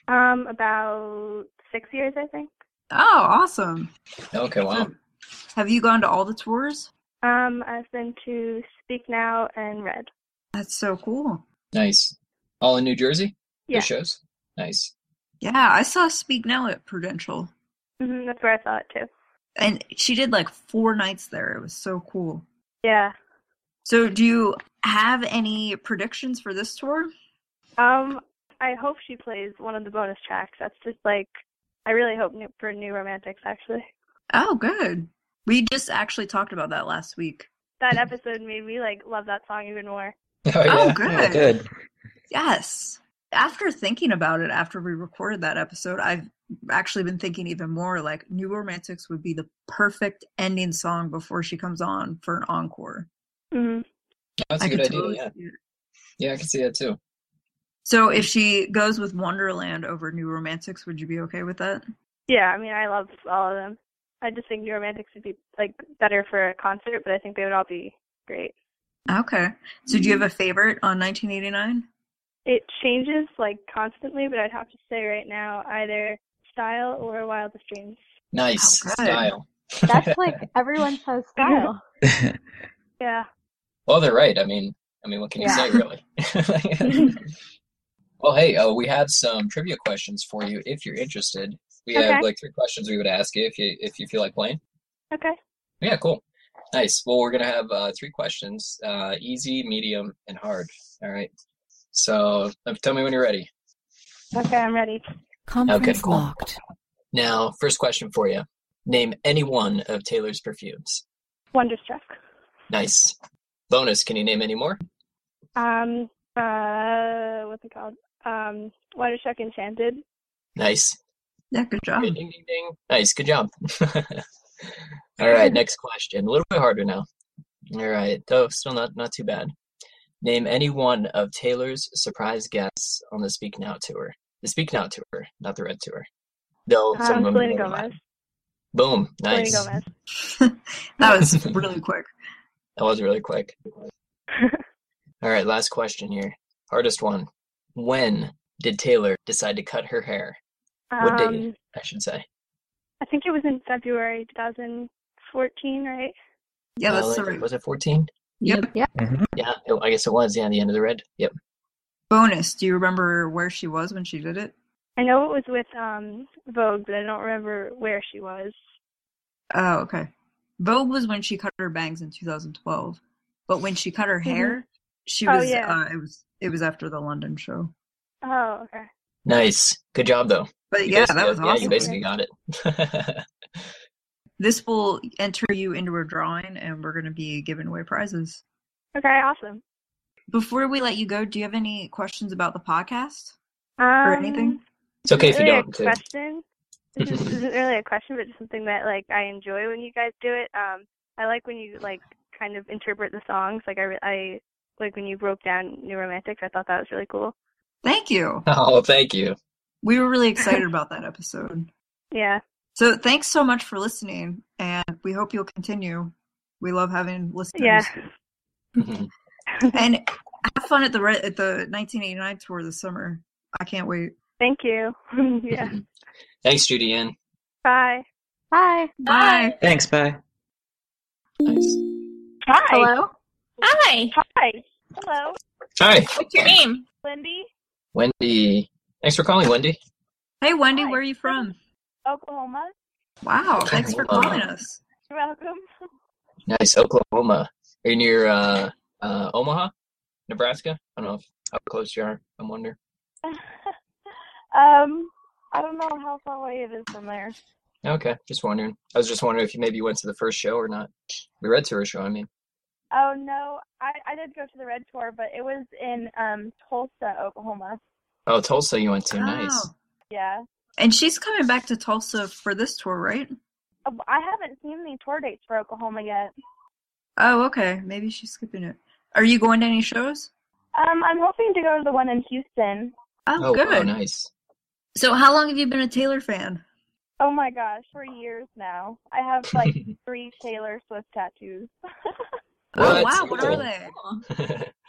[SPEAKER 14] Um, about six years, I think.
[SPEAKER 2] Oh, awesome.
[SPEAKER 4] Okay, wow.
[SPEAKER 2] Have you gone to all the tours?
[SPEAKER 14] Um, I've been to Speak Now and Red.
[SPEAKER 2] That's so cool.
[SPEAKER 4] Nice. All in New Jersey? The
[SPEAKER 14] Yeah.
[SPEAKER 4] shows? Nice.
[SPEAKER 2] Yeah, I saw Speak Now at Prudential,
[SPEAKER 14] hmm that's where I saw it too.
[SPEAKER 2] and she did like four nights there. It was so cool.
[SPEAKER 14] Yeah.
[SPEAKER 2] So, do you have any predictions for this tour?
[SPEAKER 14] Um, I hope she plays one of the bonus tracks. That's just like, I really hope new, for New Romantics actually.
[SPEAKER 2] Oh, good. We just actually talked about that last week.
[SPEAKER 14] That episode made me like love that song even more.
[SPEAKER 4] Oh,
[SPEAKER 2] yeah.
[SPEAKER 5] Oh,
[SPEAKER 2] good.
[SPEAKER 5] good.
[SPEAKER 2] Yes. After thinking about it, after we recorded that episode, I've actually been thinking even more like New Romantics would be the perfect ending song before she comes on for an encore.
[SPEAKER 14] Mm-hmm.
[SPEAKER 4] That's a
[SPEAKER 2] I
[SPEAKER 4] good
[SPEAKER 2] could
[SPEAKER 4] idea,
[SPEAKER 2] totally
[SPEAKER 4] yeah.
[SPEAKER 2] see it.
[SPEAKER 4] Yeah, I can see that too.
[SPEAKER 2] So if she goes with Wonderland over New Romantics, would you be okay with that?
[SPEAKER 14] Yeah, I mean, I love all of them. I just think New Romantics would be like better for a concert, but I think they would all be great.
[SPEAKER 2] Okay. So do you have a favorite on 1989?
[SPEAKER 14] It changes like constantly, but I'd have to say right now either Style or Wildest Dreams.
[SPEAKER 4] Nice
[SPEAKER 3] Oh, good.
[SPEAKER 4] style.
[SPEAKER 3] That's like everyone says style.
[SPEAKER 14] Yeah.
[SPEAKER 4] Well, they're right. I mean, I mean, what can you
[SPEAKER 3] Yeah.
[SPEAKER 4] say, really? well, hey, uh, we have some trivia questions for you if you're interested. We have
[SPEAKER 14] Okay.
[SPEAKER 4] like three questions we would ask you if you if you feel like playing.
[SPEAKER 14] Okay.
[SPEAKER 4] Yeah, cool. Nice. Well, we're gonna have uh, three questions: uh, easy, medium, and hard. All right. So, uh, tell me when you're ready.
[SPEAKER 14] Okay, I'm ready.
[SPEAKER 4] Conference cool. locked. Now, first question for you: Name any one of Taylor's perfumes.
[SPEAKER 14] Wonderstruck.
[SPEAKER 4] Nice. Bonus: Can you name any more?
[SPEAKER 14] Um. Uh. What's it called? Um. Wonderstruck Enchanted.
[SPEAKER 4] Nice.
[SPEAKER 2] Yeah, good job.
[SPEAKER 4] Ding, ding, ding, ding. Nice, good job. All right, next question. A little bit harder now. All right, though still not not too bad. Name any one of Taylor's surprise guests on the Speak Now tour. The Speak Now tour, not the Red tour. Though
[SPEAKER 14] Um,
[SPEAKER 4] some of them
[SPEAKER 14] Selena
[SPEAKER 4] may overlap.
[SPEAKER 14] Gomez.
[SPEAKER 4] Boom,
[SPEAKER 14] Selena
[SPEAKER 4] nice.
[SPEAKER 14] Gomez.
[SPEAKER 2] That was really quick.
[SPEAKER 4] That was really quick. All right, last question here. Hardest one. When did Taylor decide to cut her hair? What
[SPEAKER 14] Um,
[SPEAKER 4] date, I should say.
[SPEAKER 14] I think it was in February 2014, right?
[SPEAKER 2] Yeah,
[SPEAKER 4] Uh,
[SPEAKER 2] that's the
[SPEAKER 4] like,
[SPEAKER 2] right.
[SPEAKER 4] Was it 14?
[SPEAKER 2] Yep.
[SPEAKER 3] Yep.
[SPEAKER 4] Yeah, it- I guess it was. Yeah, the end of the red. Yep.
[SPEAKER 2] Bonus. Do you remember where she was when she did it?
[SPEAKER 14] I know it was with um Vogue, but I don't remember where she was.
[SPEAKER 2] Oh, okay. Vogue was when she cut her bangs in 2012, but when she cut her hair, she
[SPEAKER 14] Mm-hmm. Oh,
[SPEAKER 2] was.
[SPEAKER 14] yeah.
[SPEAKER 2] Uh, it was. It was after the London show.
[SPEAKER 14] Oh, okay.
[SPEAKER 4] Nice. Good job, though.
[SPEAKER 2] But
[SPEAKER 4] You
[SPEAKER 2] yeah,
[SPEAKER 4] basically-
[SPEAKER 2] that was
[SPEAKER 4] Yeah, you
[SPEAKER 2] awesome.
[SPEAKER 4] basically got it.
[SPEAKER 2] This will enter you into a drawing, and we're going to be giving away prizes.
[SPEAKER 14] Okay, awesome.
[SPEAKER 2] Before we let you go, do you have any questions about the podcast
[SPEAKER 14] Um,
[SPEAKER 2] or anything?
[SPEAKER 4] It's okay if you
[SPEAKER 14] really a
[SPEAKER 4] don't, too.
[SPEAKER 14] question. This is- isn't really a question, but just something that like I enjoy when you guys do it. Um, I like when you like kind of interpret the songs. Like I, re- I like when you broke down New Romantics. I thought that was really cool.
[SPEAKER 2] Thank you.
[SPEAKER 4] Oh, thank you.
[SPEAKER 2] We were really excited about that episode.
[SPEAKER 14] Yeah.
[SPEAKER 2] So thanks so much for listening, and we hope you'll continue. We love having listeners.
[SPEAKER 14] Yeah.
[SPEAKER 2] and have fun at the re- at the 1989 tour this summer. I can't wait.
[SPEAKER 14] Thank you. yeah.
[SPEAKER 4] Thanks, Judy Ann.
[SPEAKER 14] Bye.
[SPEAKER 3] Bye.
[SPEAKER 2] Bye.
[SPEAKER 5] Thanks. Bye.
[SPEAKER 14] Hi.
[SPEAKER 3] Hello?
[SPEAKER 8] Hi.
[SPEAKER 14] Hi. Hello.
[SPEAKER 4] Hi,
[SPEAKER 8] What's your name?
[SPEAKER 14] Lindy,
[SPEAKER 4] Wendy. Thanks for calling, Wendy.
[SPEAKER 2] Hey Wendy, where are you from?
[SPEAKER 14] Oklahoma.
[SPEAKER 2] Wow, thanks for
[SPEAKER 4] Oklahoma.
[SPEAKER 2] calling us.
[SPEAKER 14] You're welcome.
[SPEAKER 4] Nice, Oklahoma. Are you near uh, uh, Omaha, Nebraska? I don't know if, how close you are. I wonder.
[SPEAKER 14] um, I don't know how far away it is from there.
[SPEAKER 4] Okay, just wondering. I was just wondering if you maybe went to the first show or not. The Red Tour show, I mean.
[SPEAKER 14] Oh no, I I did go to the Red Tour, but it was in um Tulsa, Oklahoma.
[SPEAKER 4] Oh, Tulsa, you went to.
[SPEAKER 2] Ah,
[SPEAKER 4] Nice.
[SPEAKER 14] Yeah.
[SPEAKER 2] And she's coming back to Tulsa for this tour, right?
[SPEAKER 14] Um, I haven't seen the tour dates for Oklahoma yet.
[SPEAKER 2] Oh, okay. Maybe she's skipping it. Are you going to any shows?
[SPEAKER 14] Um, I'm hoping to go to the one in Houston.
[SPEAKER 2] Oh,
[SPEAKER 4] wow,
[SPEAKER 2] good.
[SPEAKER 4] nice.
[SPEAKER 2] So, how long have you been a Taylor fan?
[SPEAKER 14] Oh my gosh, for years now. I have like three Taylor Swift tattoos.
[SPEAKER 2] Oh,
[SPEAKER 4] What?
[SPEAKER 2] wow. What are
[SPEAKER 4] Cool.
[SPEAKER 2] they?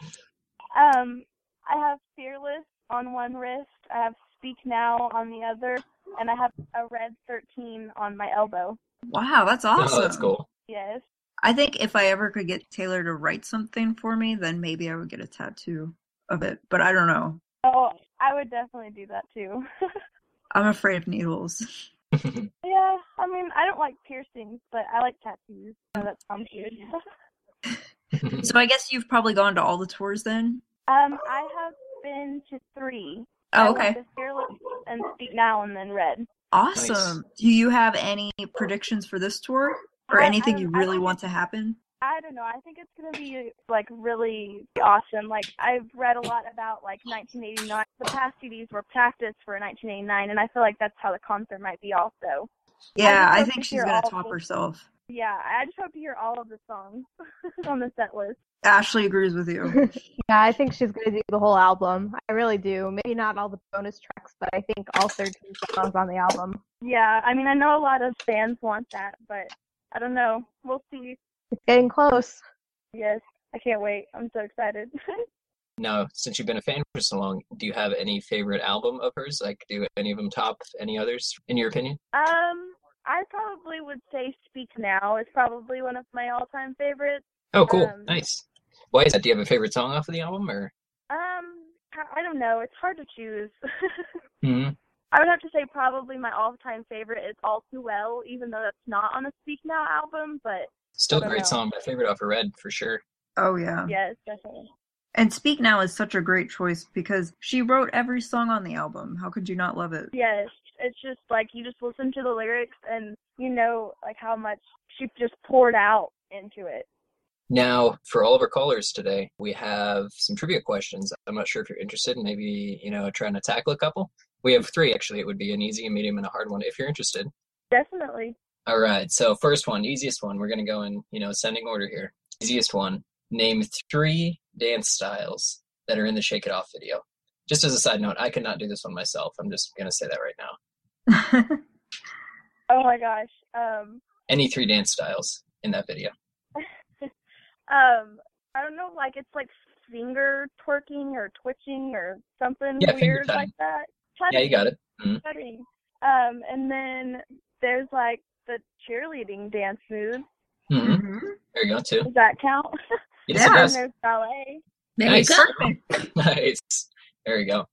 [SPEAKER 14] Um, I have Fearless on one wrist, I have Speak Now on the other, and I have a red 13 on my elbow.
[SPEAKER 2] Wow, that's
[SPEAKER 4] Oh,
[SPEAKER 2] awesome.
[SPEAKER 4] that's cool.
[SPEAKER 14] Yes.
[SPEAKER 2] I think if I ever could get Taylor to write something for me, then maybe I would get a tattoo of it. But I don't know.
[SPEAKER 14] Oh, I would definitely do that too.
[SPEAKER 2] I'm afraid of needles.
[SPEAKER 14] yeah, I mean, I don't like piercings, but I like tattoos, so that sounds good.
[SPEAKER 2] so I guess you've probably gone to all the tours then.
[SPEAKER 14] um, I have been to three.
[SPEAKER 2] Oh,
[SPEAKER 14] I went
[SPEAKER 2] okay.
[SPEAKER 14] to Fearless and Speak Now and then Red.
[SPEAKER 2] Awesome. Do you have any predictions for this tour or
[SPEAKER 14] I-
[SPEAKER 2] anything
[SPEAKER 14] I-
[SPEAKER 2] you
[SPEAKER 14] I
[SPEAKER 2] really
[SPEAKER 14] think
[SPEAKER 2] want to happen?
[SPEAKER 14] I don't know. I think it's gonna be like really awesome. Like I've read a lot about like 1989. The past CDs were practiced for 1989, and I feel like that's how the concert might be also.
[SPEAKER 2] Yeah,
[SPEAKER 14] just
[SPEAKER 2] I
[SPEAKER 14] hope
[SPEAKER 2] think
[SPEAKER 14] to
[SPEAKER 2] she's
[SPEAKER 14] hear
[SPEAKER 2] going
[SPEAKER 14] all
[SPEAKER 2] to
[SPEAKER 14] of
[SPEAKER 2] top
[SPEAKER 14] the-
[SPEAKER 2] herself.
[SPEAKER 14] Yeah, I just hope to hear all of the songs on the set list.
[SPEAKER 2] Ashley agrees with you.
[SPEAKER 3] Yeah, I think she's gonna do the whole album. I really do. Maybe not all the bonus tracks, but I think all 13 songs on the album.
[SPEAKER 14] Yeah, I mean I know a lot of fans want that, but I don't know. We'll see.
[SPEAKER 3] It's getting close.
[SPEAKER 14] Yes, I can't wait. I'm so excited.
[SPEAKER 4] Now, since you've been a fan for so long, do you have any favorite album of hers? Like, do any of them top any others, in your opinion?
[SPEAKER 14] um, I probably would say Speak Now is probably one of my all-time favorites.
[SPEAKER 4] Oh, cool.
[SPEAKER 14] Um,
[SPEAKER 4] nice. Why is that? Do you have a favorite song off of the album, or?
[SPEAKER 14] Um, I- I don't know. It's hard to choose.
[SPEAKER 4] hmm
[SPEAKER 14] I would have to say probably my all-time favorite is All Too Well, even though that's not on the Speak Now album, but
[SPEAKER 4] Still
[SPEAKER 14] I
[SPEAKER 4] a
[SPEAKER 14] don't
[SPEAKER 4] great
[SPEAKER 14] know.
[SPEAKER 4] song. My favorite off of Red, for sure.
[SPEAKER 2] oh, yeah.
[SPEAKER 14] Yes, definitely.
[SPEAKER 2] And Speak Now is such a great choice because she wrote every song on the album. How could you not love it?
[SPEAKER 14] Yes, it's just like you just listen to the lyrics and you know like how much she just poured out into it.
[SPEAKER 4] Now, for all of our callers today, we have some trivia questions. I'm not sure if you're interested in maybe, you know, trying to tackle a couple. We have three, actually. It would be an easy, a medium, and a hard one if you're interested.
[SPEAKER 14] Definitely.
[SPEAKER 4] All right. So, first one, easiest one. We're going to go in, you know, ascending order here. Easiest one. Name three dance styles that are in the Shake It Off video. Just as a side note, I could not do this one myself. I'm just going to say that right now.
[SPEAKER 14] Oh my gosh. Um
[SPEAKER 4] Any three dance styles in that video.
[SPEAKER 14] um I don't know like it's like finger twerking or twitching or something
[SPEAKER 4] Yeah, finger
[SPEAKER 14] weird like
[SPEAKER 4] cutting.
[SPEAKER 14] that.
[SPEAKER 4] Yeah, you got it. Mhm.
[SPEAKER 14] cutting. Um, and then there's like the cheerleading dance move.
[SPEAKER 4] Mhm.
[SPEAKER 3] Mm-hmm.
[SPEAKER 4] There you go, too.
[SPEAKER 14] Does that count?
[SPEAKER 4] Yes, it
[SPEAKER 14] and
[SPEAKER 4] does.
[SPEAKER 14] there's ballet.
[SPEAKER 4] nice. nice. There you go.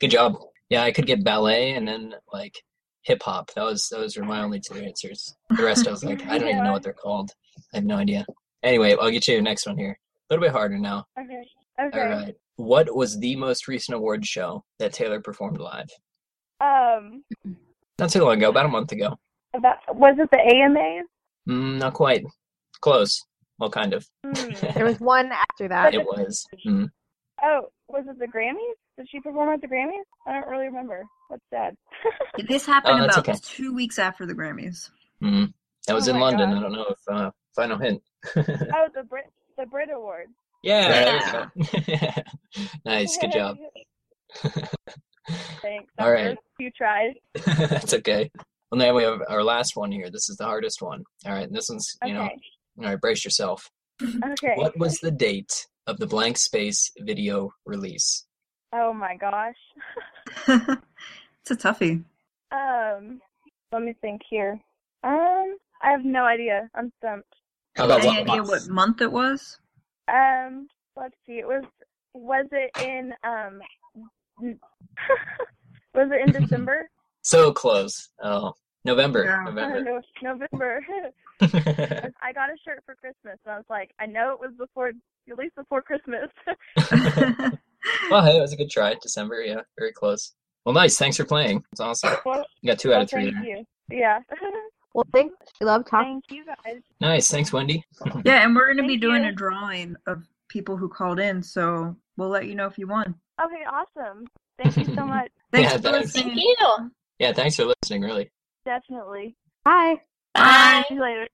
[SPEAKER 4] Good job. Yeah, I could get ballet and then like hip hop. Those those were my only two answers. The rest I was like, I don't even know what they're called. I have no idea. Anyway, I'll get you the next one here. A little bit harder now.
[SPEAKER 14] Okay.
[SPEAKER 4] All
[SPEAKER 14] Okay.
[SPEAKER 4] right. What was the most recent award show that Taylor performed live?
[SPEAKER 14] Um,
[SPEAKER 4] Not too long ago, about a month ago.
[SPEAKER 14] about was it the AMAs?
[SPEAKER 4] Mm, not quite. Close. Well, kind of.
[SPEAKER 3] There was one after that.
[SPEAKER 4] It was. Mm.
[SPEAKER 14] Hmm. Oh, was it the Grammys? Did she perform at the Grammys? I don't really remember. That's sad.
[SPEAKER 2] This happened
[SPEAKER 4] Oh, that's
[SPEAKER 2] about
[SPEAKER 4] okay.
[SPEAKER 2] two weeks after the Grammys.
[SPEAKER 4] Mm. That was
[SPEAKER 14] Oh
[SPEAKER 4] in
[SPEAKER 14] my
[SPEAKER 4] London.
[SPEAKER 14] God.
[SPEAKER 4] I don't know if uh, final hint.
[SPEAKER 14] oh, the Brit the Brit Award.
[SPEAKER 4] Yeah, there we go. nice, good job.
[SPEAKER 14] Thanks.
[SPEAKER 4] All right.
[SPEAKER 14] You tried.
[SPEAKER 4] That's okay. Well, now we have our last one here. This is the hardest one. All right, this one's, you know,
[SPEAKER 14] Okay.
[SPEAKER 4] all right, brace yourself.
[SPEAKER 14] Okay.
[SPEAKER 4] What was the date of the Blank Space video release?
[SPEAKER 14] Oh my gosh.
[SPEAKER 2] It's a toughie.
[SPEAKER 14] Um, let me think here. Um, I have no idea. I'm stumped.
[SPEAKER 4] How about
[SPEAKER 2] Any
[SPEAKER 4] what
[SPEAKER 2] idea
[SPEAKER 4] month?
[SPEAKER 2] what month it was?
[SPEAKER 14] Um, let's see. It was was it in um was it in December?
[SPEAKER 4] So close. Oh, November.
[SPEAKER 14] Yeah.
[SPEAKER 4] November.
[SPEAKER 14] Uh, no- November. I got a shirt for Christmas, and I was like, I know it was before, at least before Christmas.
[SPEAKER 4] Well, hey, that was a good try. December, yeah, very close. Well, nice. Thanks for playing. It's awesome.
[SPEAKER 14] Well,
[SPEAKER 4] You got two out
[SPEAKER 14] well,
[SPEAKER 4] of three
[SPEAKER 14] thank
[SPEAKER 4] there.
[SPEAKER 14] you. Yeah.
[SPEAKER 3] Well, thanks. We love
[SPEAKER 14] talking. Thank you guys.
[SPEAKER 4] Nice. Thanks, Wendy.
[SPEAKER 2] Yeah, and we're going to be doing a drawing of people who called in, so we'll let you know if you won.
[SPEAKER 14] Okay, awesome. Thank you so much.
[SPEAKER 4] Thanks Yeah, for thanks. listening. Thank
[SPEAKER 14] you.
[SPEAKER 4] Yeah, thanks for listening, really.
[SPEAKER 14] Definitely.
[SPEAKER 3] Bye.
[SPEAKER 14] Bye. See you later.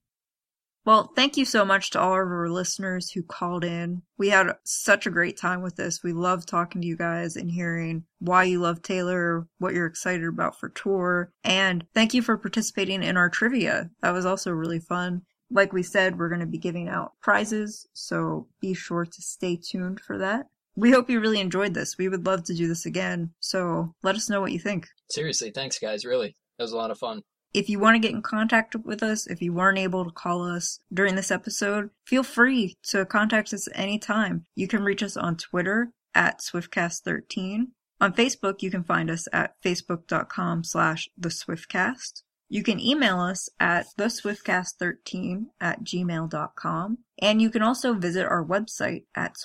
[SPEAKER 2] Well, thank you so much to all of our listeners who called in. We had such a great time with this. We love talking to you guys and hearing why you love Taylor, what you're excited about for tour, and thank you for participating in our trivia. That was also really fun. Like we said, we're going to be giving out prizes, so be sure to stay tuned for that. We hope you really enjoyed this. We would love to do this again, so let us know what you think.
[SPEAKER 4] Seriously, thanks, guys. Really, that was a lot of fun.
[SPEAKER 2] If you want to get in contact with us, if you weren't able to call us during this episode, feel free to contact us anytime. You can reach us on Twitter at SwiftCast13. On Facebook, you can find us at facebook.com slash the SwiftCast. You can email us at theswiftcast13 at gmail.com. And you can also visit our website at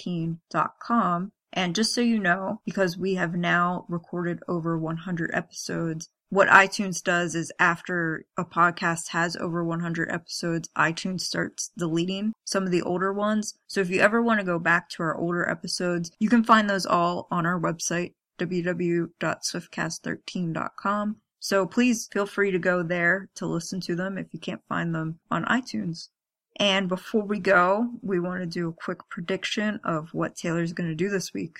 [SPEAKER 2] swiftcast13.com. And just so you know, because we have now recorded over 100 episodes, what iTunes does is after a podcast has over 100 episodes, iTunes starts deleting some of the older ones. So if you ever want to go back to our older episodes, you can find those all on our website, www.swiftcast13.com. So please feel free to go there to listen to them if you can't find them on iTunes. And before we go, we want to do a quick prediction of what Taylor's going to do this week.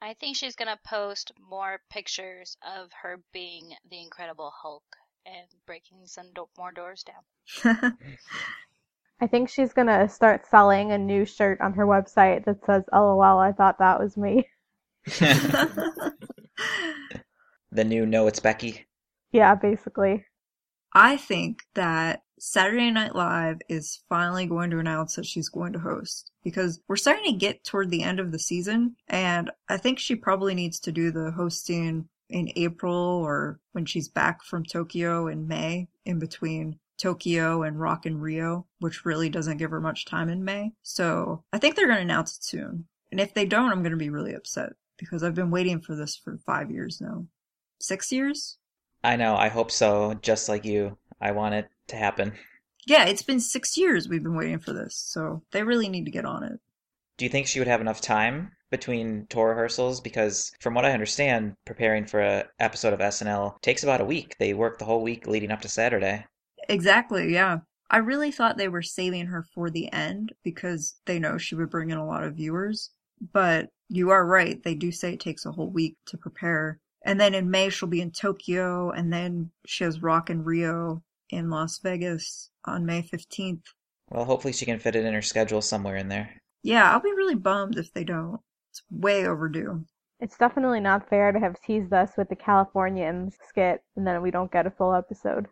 [SPEAKER 7] I think she's gonna post more pictures of her being the Incredible Hulk and breaking some do- more doors down.
[SPEAKER 3] I think she's gonna start selling a new shirt on her website that says "LOL, I thought that was me."
[SPEAKER 5] The new No It's Becky.
[SPEAKER 3] Yeah, basically.
[SPEAKER 2] I think that Saturday Night Live is finally going to announce that she's going to host because we're starting to get toward the end of the season, and I think she probably needs to do the hosting in April or when she's back from Tokyo in May, in between Tokyo and Rock and Rio, which really doesn't give her much time in May. So I think they're going to announce it soon. And if they don't, I'm going to be really upset because I've been waiting for this for five years now. Six years?
[SPEAKER 5] I know, I hope so, just like you. I want it to happen.
[SPEAKER 2] Yeah, it's been six years we've been waiting for this, so they really need to get on it.
[SPEAKER 5] Do you think she would have enough time between tour rehearsals? Because from what I understand, preparing for an episode of SNL takes about a week. They work the whole week leading up to Saturday.
[SPEAKER 2] Exactly, yeah. I really thought they were saving her for the end because they know she would bring in a lot of viewers, but you are right. They do say it takes a whole week to prepare. And then in May, she'll be in Tokyo, and then she has Rock and Rio in Las Vegas on May 15th.
[SPEAKER 5] Well, hopefully she can fit it in her schedule somewhere in there.
[SPEAKER 2] Yeah, I'll be really bummed if they don't. It's way overdue.
[SPEAKER 3] It's definitely not fair to have teased us with the Californians skit and then we don't get a full episode.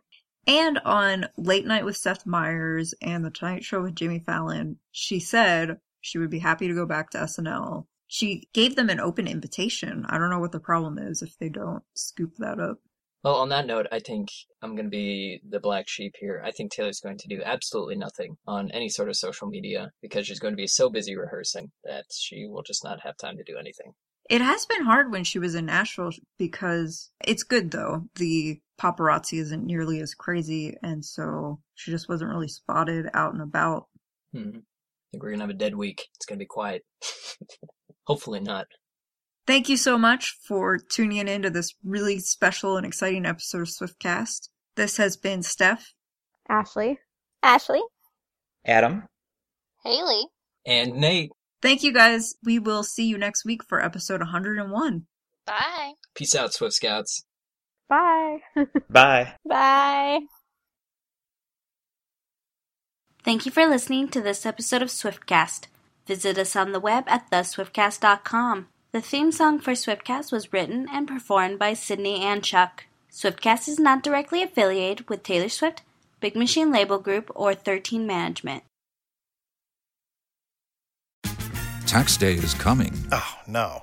[SPEAKER 2] And on Late Night with Seth Meyers and The Tonight Show with Jimmy Fallon, she said she would be happy to go back to SNL. She gave them an open invitation. I don't know what the problem is if they don't scoop that up.
[SPEAKER 4] Well, on that note, I think I'm going to be the black sheep here. I think Taylor's going to do absolutely nothing on any sort of social media because she's going to be so busy rehearsing that she will just not have time to do anything.
[SPEAKER 2] It has been hard when she was in Nashville because it's good though. The paparazzi isn't nearly as crazy, and so she just wasn't really spotted out and about.
[SPEAKER 4] Hmm. I think we're going to have a dead week. It's going to be quiet. Hopefully not.
[SPEAKER 2] Thank you so much for tuning in to this really special and exciting episode of Swiftcast. This has been Steph.
[SPEAKER 3] Ashley.
[SPEAKER 6] Ashley.
[SPEAKER 5] Adam?
[SPEAKER 7] Haley.
[SPEAKER 4] And Nate,
[SPEAKER 2] Thank you guys. We will see you next week for episode 101.
[SPEAKER 7] Bye.
[SPEAKER 4] peace out, Swift Scouts.
[SPEAKER 3] Bye.
[SPEAKER 5] Bye.
[SPEAKER 6] Bye.
[SPEAKER 16] Thank you for listening to this episode of Swiftcast. Visit us on the web at theswiftcast.com. The theme song for Swiftcast was written and performed by Sydney and Chuck. Swiftcast is not directly affiliated with Taylor Swift, Big Machine Label Group, or 13 Management.
[SPEAKER 19] Tax day is coming.
[SPEAKER 20] Oh, no.